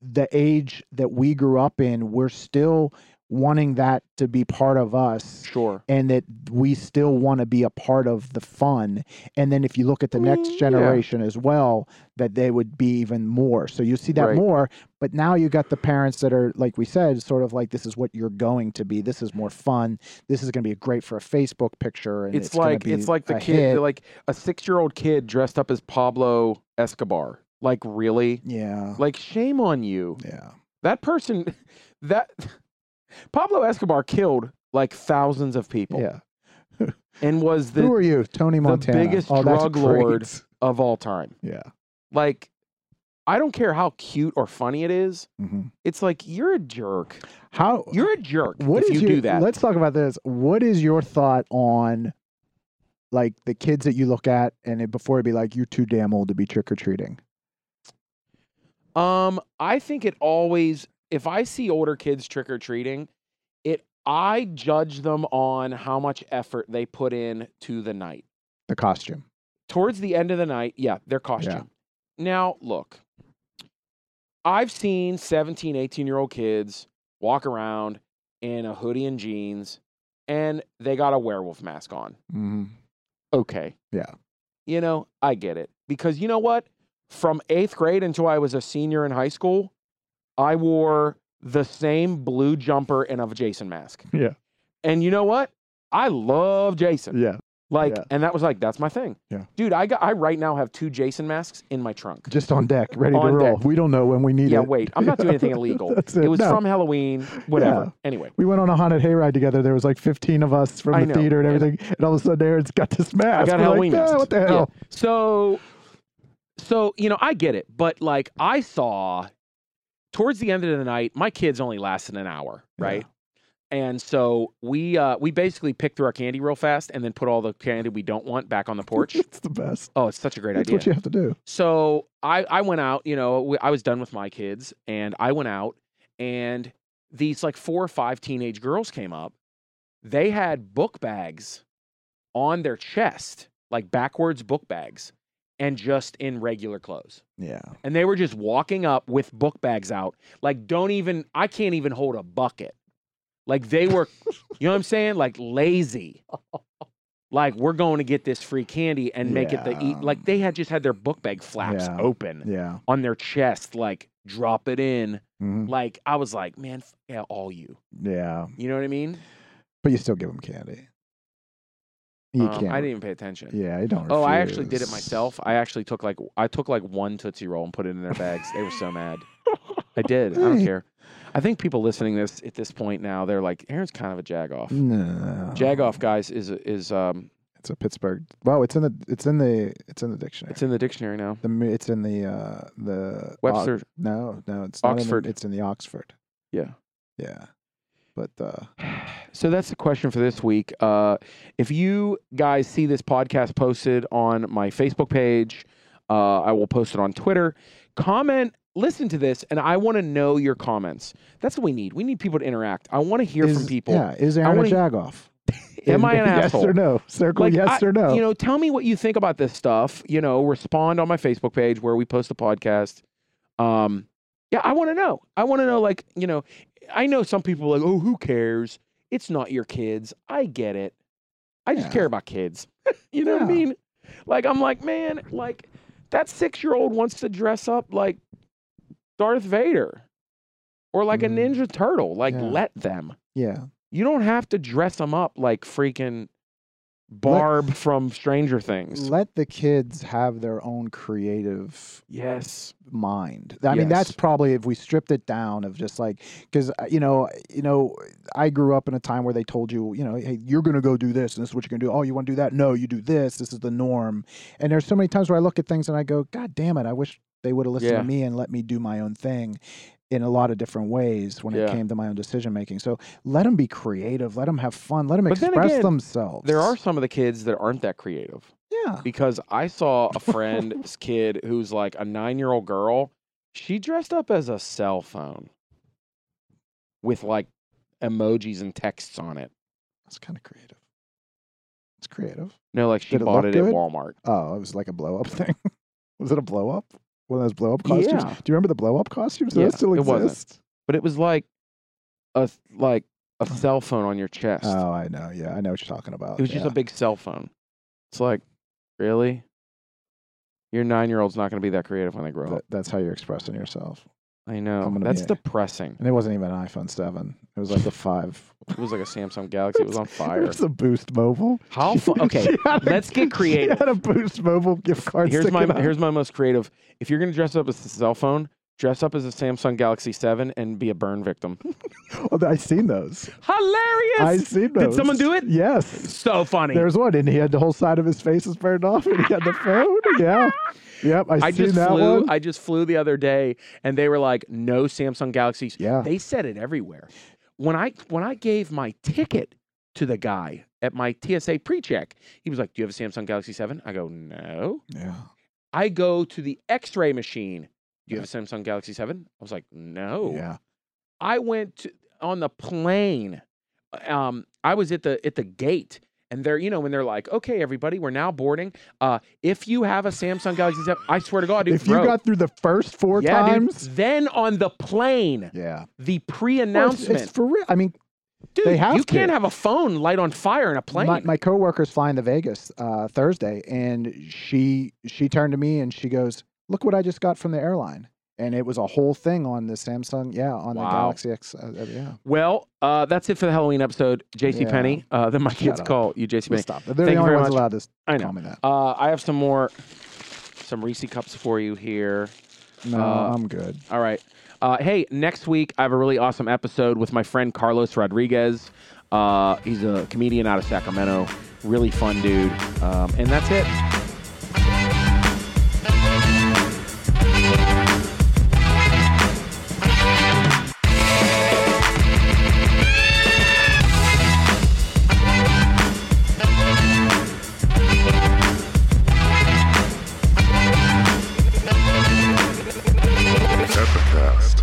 Speaker 3: the age that we grew up in, we're still wanting that to be part of us
Speaker 2: sure.
Speaker 3: and that we still want to be a part of the fun. And then if you look at the
Speaker 1: Mm,
Speaker 3: next
Speaker 1: yeah.
Speaker 3: generation as well, that they would be even more. So you see that
Speaker 2: Right.
Speaker 3: more, but now you got the parents that are, like we said, sort of like this is what you're going to be. This is more fun. This is going to be great for a Facebook picture. And
Speaker 2: It's,
Speaker 3: it's, gonna
Speaker 2: like
Speaker 3: be
Speaker 2: it's like the
Speaker 3: a
Speaker 2: kid
Speaker 3: hit.
Speaker 2: like a six year old kid dressed up as Pablo Escobar. Like really?
Speaker 3: yeah,
Speaker 2: Like shame on you.
Speaker 3: yeah,
Speaker 2: That person that Pablo Escobar killed like thousands of people
Speaker 3: yeah.
Speaker 2: and was oh, the
Speaker 3: Who are you, Tony Montana?
Speaker 2: biggest
Speaker 3: oh, that's
Speaker 2: drug
Speaker 3: great.
Speaker 2: lord. of all time.
Speaker 3: Yeah.
Speaker 2: Like I don't care how cute or funny it is.
Speaker 3: hmm
Speaker 2: It's like you're a jerk.
Speaker 3: How
Speaker 2: You're a jerk
Speaker 3: What
Speaker 2: if
Speaker 3: is
Speaker 2: you
Speaker 3: your,
Speaker 2: do that.
Speaker 3: Let's talk about this. What is your thought on like the kids that you look at and it, before it'd be like, you're too damn old to be trick or treating?
Speaker 2: Um, I think it always if I see older kids trick or treating, it I judge them on how much effort they put in to the night.
Speaker 3: The costume.
Speaker 2: Towards the end of the night, yeah, their costume. Now, look. I've seen 17, 18-year-old kids walk around in a hoodie and jeans and they got a werewolf mask on.
Speaker 3: Mm-hmm.
Speaker 2: okay.
Speaker 3: Yeah.
Speaker 2: You know, I get it. Because you know what? From eighth grade until I was a senior in high school, I wore the same blue jumper and a Jason mask.
Speaker 3: Yeah.
Speaker 2: And you know what? I love Jason.
Speaker 3: Yeah.
Speaker 2: Like,
Speaker 3: yeah.
Speaker 2: and that was like, that's my thing.
Speaker 3: Yeah.
Speaker 2: Dude, I got I right now have two Jason masks in my trunk.
Speaker 3: Just on deck, ready to
Speaker 2: On
Speaker 3: roll.
Speaker 2: deck.
Speaker 3: We don't know when we need
Speaker 2: yeah,
Speaker 3: it.
Speaker 2: wait. I'm not doing anything illegal.
Speaker 3: That's
Speaker 2: It was
Speaker 3: No.
Speaker 2: from Halloween, whatever.
Speaker 3: Yeah.
Speaker 2: Anyway.
Speaker 3: we went on a haunted hayride together. There was like 15 of us from
Speaker 2: I
Speaker 3: the
Speaker 2: know.
Speaker 3: theater and
Speaker 2: And-
Speaker 3: everything. And all of a sudden, Aaron's got this mask.
Speaker 2: I got
Speaker 3: We're
Speaker 2: Halloween
Speaker 3: like, "Ah,
Speaker 2: masks.
Speaker 3: What the
Speaker 2: Yeah.
Speaker 3: hell?
Speaker 2: So, so you know, I get it, but like I saw towards the end of the night, my kids only lasted an hour,
Speaker 3: Yeah.
Speaker 2: right? And so we uh, we basically picked through our candy real fast, and then put all the candy we don't want back on the porch.
Speaker 3: it's the best.
Speaker 2: oh, it's such a great
Speaker 3: That's
Speaker 2: idea.
Speaker 3: what you have to do.
Speaker 2: So I I went out, you know, w- I was done with my kids, and I went out, and these like four or five teenage girls came up. They had book bags on their chest, like backwards book bags, and just in regular clothes.
Speaker 3: Yeah.
Speaker 2: And they were just walking up with book bags out, like don't even I can't even hold a bucket. Like they were, you know what I'm saying? Like lazy. Like we're going to get this free candy and make it the
Speaker 3: Yeah.
Speaker 2: eat. Like they had just had their book bag flaps
Speaker 3: Yeah.
Speaker 2: open
Speaker 3: Yeah.
Speaker 2: on their chest, like drop it in.
Speaker 3: Mhm.
Speaker 2: Like I was like, man, f- yeah, all you.
Speaker 3: Yeah.
Speaker 2: You know what I mean?
Speaker 3: But you still give them candy. You
Speaker 2: Um,
Speaker 3: can't.
Speaker 2: I didn't even pay attention.
Speaker 3: Yeah, I don't.
Speaker 2: Oh, I actually did it
Speaker 3: refuse.
Speaker 2: myself. I actually took like I took like one Tootsie Roll and put it in their bags. They were so mad. I did. I don't
Speaker 3: Hey.
Speaker 2: care. I think people listening to this at this point now, they're like, Aaron's kind of a jagoff.
Speaker 3: No,
Speaker 2: Jagoff, guys, is is um,
Speaker 3: It's a Pittsburgh. Well, it's in the it's in the it's in the dictionary.
Speaker 2: it's in the dictionary now.
Speaker 3: the mi- it's in the uh, the Ox-
Speaker 2: Webster.
Speaker 3: no, no, it's not in the-
Speaker 2: Oxford.
Speaker 3: it's in the Oxford.
Speaker 2: Yeah.
Speaker 3: Yeah, but uh,
Speaker 2: So that's the question for this week. Uh, if you guys see this podcast posted on my Facebook page, uh, I will post it on Twitter. Comment, listen to this, and I want to know your comments. That's what we need. We need people to interact. I want to hear
Speaker 3: is,
Speaker 2: from people.
Speaker 3: Yeah, is Aaron
Speaker 2: wanna-
Speaker 3: a jagoff?
Speaker 2: Am I an
Speaker 3: yes
Speaker 2: asshole?
Speaker 3: or no? Circle
Speaker 2: Like,
Speaker 3: yes
Speaker 2: I-
Speaker 3: or no.
Speaker 2: You know, tell me what you think about this stuff. You know, respond on my Facebook page where we post the podcast. Um, yeah, I want to know. I want to know, like, you know, I know some people are like, oh, who cares? It's not your kids. I get it. I just
Speaker 3: Yeah.
Speaker 2: care about kids. you know what I
Speaker 3: Yeah.
Speaker 2: mean? Like, I'm like, man, like, that six year old wants to dress up like Darth Vader or like
Speaker 3: Mm.
Speaker 2: a Ninja Turtle. Like,
Speaker 3: Mm-hmm. Yeah.
Speaker 2: let them.
Speaker 3: yeah,
Speaker 2: You don't have to dress them up like freaking Barb from Stranger Things.
Speaker 3: Let the kids have their own creative
Speaker 2: yes.
Speaker 3: mind. I mean, that's
Speaker 2: Yes.
Speaker 3: probably if we stripped it down of just like because you know, you know, I grew up in a time where they told you, you know, hey, you're gonna go do this and this is what you're gonna do. Oh, you want to do that? No, you do this. This is the norm. And there's so many times where I look at things and I go, God damn it! I wish they would have listened
Speaker 2: Yeah.
Speaker 3: to me and let me do my own thing. In a lot of different ways when it
Speaker 2: Yeah.
Speaker 3: came to my own decision making. So let them be creative. Let them have fun. Let them
Speaker 2: But then
Speaker 3: express
Speaker 2: again,
Speaker 3: themselves.
Speaker 2: There are some of the kids that aren't that creative
Speaker 3: yeah.
Speaker 2: because I saw a friend's kid who's like a nine year old girl. She dressed up as a cell phone with like emojis and texts on it.
Speaker 3: That's kind of creative. It's creative.
Speaker 2: No, like she
Speaker 3: Did it
Speaker 2: bought
Speaker 3: look
Speaker 2: it at
Speaker 3: good?
Speaker 2: Walmart.
Speaker 3: Oh, it was like a blow up thing. was it a blow up? One of those blow up costumes?
Speaker 2: Yeah.
Speaker 3: Do you remember the blow up costumes? Do
Speaker 2: Yeah,
Speaker 3: those still
Speaker 2: it wasn't.
Speaker 3: exist?
Speaker 2: but it was like a like a cell phone on your chest.
Speaker 3: Oh, I know. Yeah, I know what you're talking about.
Speaker 2: it was just
Speaker 3: yeah.
Speaker 2: a big cell phone. It's like, really? Your nine year old's not going to be that creative when they grow up.
Speaker 3: That- that's how you're expressing yourself.
Speaker 2: I know.
Speaker 3: I'm gonna
Speaker 2: That's
Speaker 3: be-
Speaker 2: depressing.
Speaker 3: And it wasn't even an iPhone 7. It was like a 5.
Speaker 2: It was like a Samsung Galaxy. It was on
Speaker 3: It
Speaker 2: fire.
Speaker 3: was a Boost Mobile.
Speaker 2: How? Fu- okay,
Speaker 3: She had a-
Speaker 2: let's get
Speaker 3: She
Speaker 2: creative.
Speaker 3: had a Boost Mobile gift card.
Speaker 2: Here's my
Speaker 3: sticking out.
Speaker 2: here's my most creative. If you're going to dress up as a cell phone, dress up as a Samsung Galaxy Seven and be a burn victim.
Speaker 3: Oh, I seen those. I
Speaker 2: Hilarious.
Speaker 3: seen those.
Speaker 2: someone do it?
Speaker 3: Yes.
Speaker 2: so funny.
Speaker 3: There was one, and he had the whole side of his face is burned off, and he had the phone. Yeah. Yep. I,
Speaker 2: I
Speaker 3: seen
Speaker 2: just
Speaker 3: that
Speaker 2: flew.
Speaker 3: one.
Speaker 2: I just flew the other day, and they were like, "No Samsung Galaxies."
Speaker 3: Yeah.
Speaker 2: They said it everywhere. When I when I gave my ticket to the guy at my TSA pre-check, he was like, "Do you have a Samsung Galaxy 7? I go, "No."
Speaker 3: yeah.
Speaker 2: I go to the X-ray machine. Do you have a Samsung Galaxy 7? I was like, "No."
Speaker 3: Uh-huh. Yeah.
Speaker 2: I went to, on the plane. Um, I was at the at the gate, and they're you know when they're like, "Okay, everybody, we're now boarding." Uh, if you have a Samsung Galaxy 7, I swear to God, dude,
Speaker 3: if you
Speaker 2: bro,
Speaker 3: got through the first four
Speaker 2: yeah, dude.
Speaker 3: times,
Speaker 2: Then on the plane,
Speaker 3: yeah,
Speaker 2: the
Speaker 3: Well, it's-
Speaker 2: pre-announcement,
Speaker 3: It's, for real. I mean,
Speaker 2: dude,
Speaker 3: they have
Speaker 2: you
Speaker 3: to.
Speaker 2: can't have a phone light on fire in a plane.
Speaker 3: my, my coworker's flying to Vegas uh, Thursday, and she she turned to me and she goes, "Look what I just got from the airline." And it was a whole thing on the Samsung, yeah, on
Speaker 2: Wow.
Speaker 3: the Galaxy X, uh, uh, yeah.
Speaker 2: well, uh, that's it for the Halloween episode. JC
Speaker 3: Yeah.
Speaker 2: Penny, uh, then my kids
Speaker 3: up.
Speaker 2: call you JC
Speaker 3: Let's
Speaker 2: Penny.
Speaker 3: Stop. They're
Speaker 2: Thank
Speaker 3: the
Speaker 2: you
Speaker 3: only
Speaker 2: very
Speaker 3: ones
Speaker 2: much.
Speaker 3: allowed to s-
Speaker 2: I
Speaker 3: call
Speaker 2: know.
Speaker 3: me that.
Speaker 2: Uh, I have some more, some Reese cups for you here.
Speaker 3: No,
Speaker 2: Uh,
Speaker 3: I'm good.
Speaker 2: All right. Uh, hey, next week I have a really awesome episode with my friend Carlos Rodriguez. Uh, he's a comedian out of Sacramento, really fun dude. Um, and that's it.
Speaker 4: Epicast.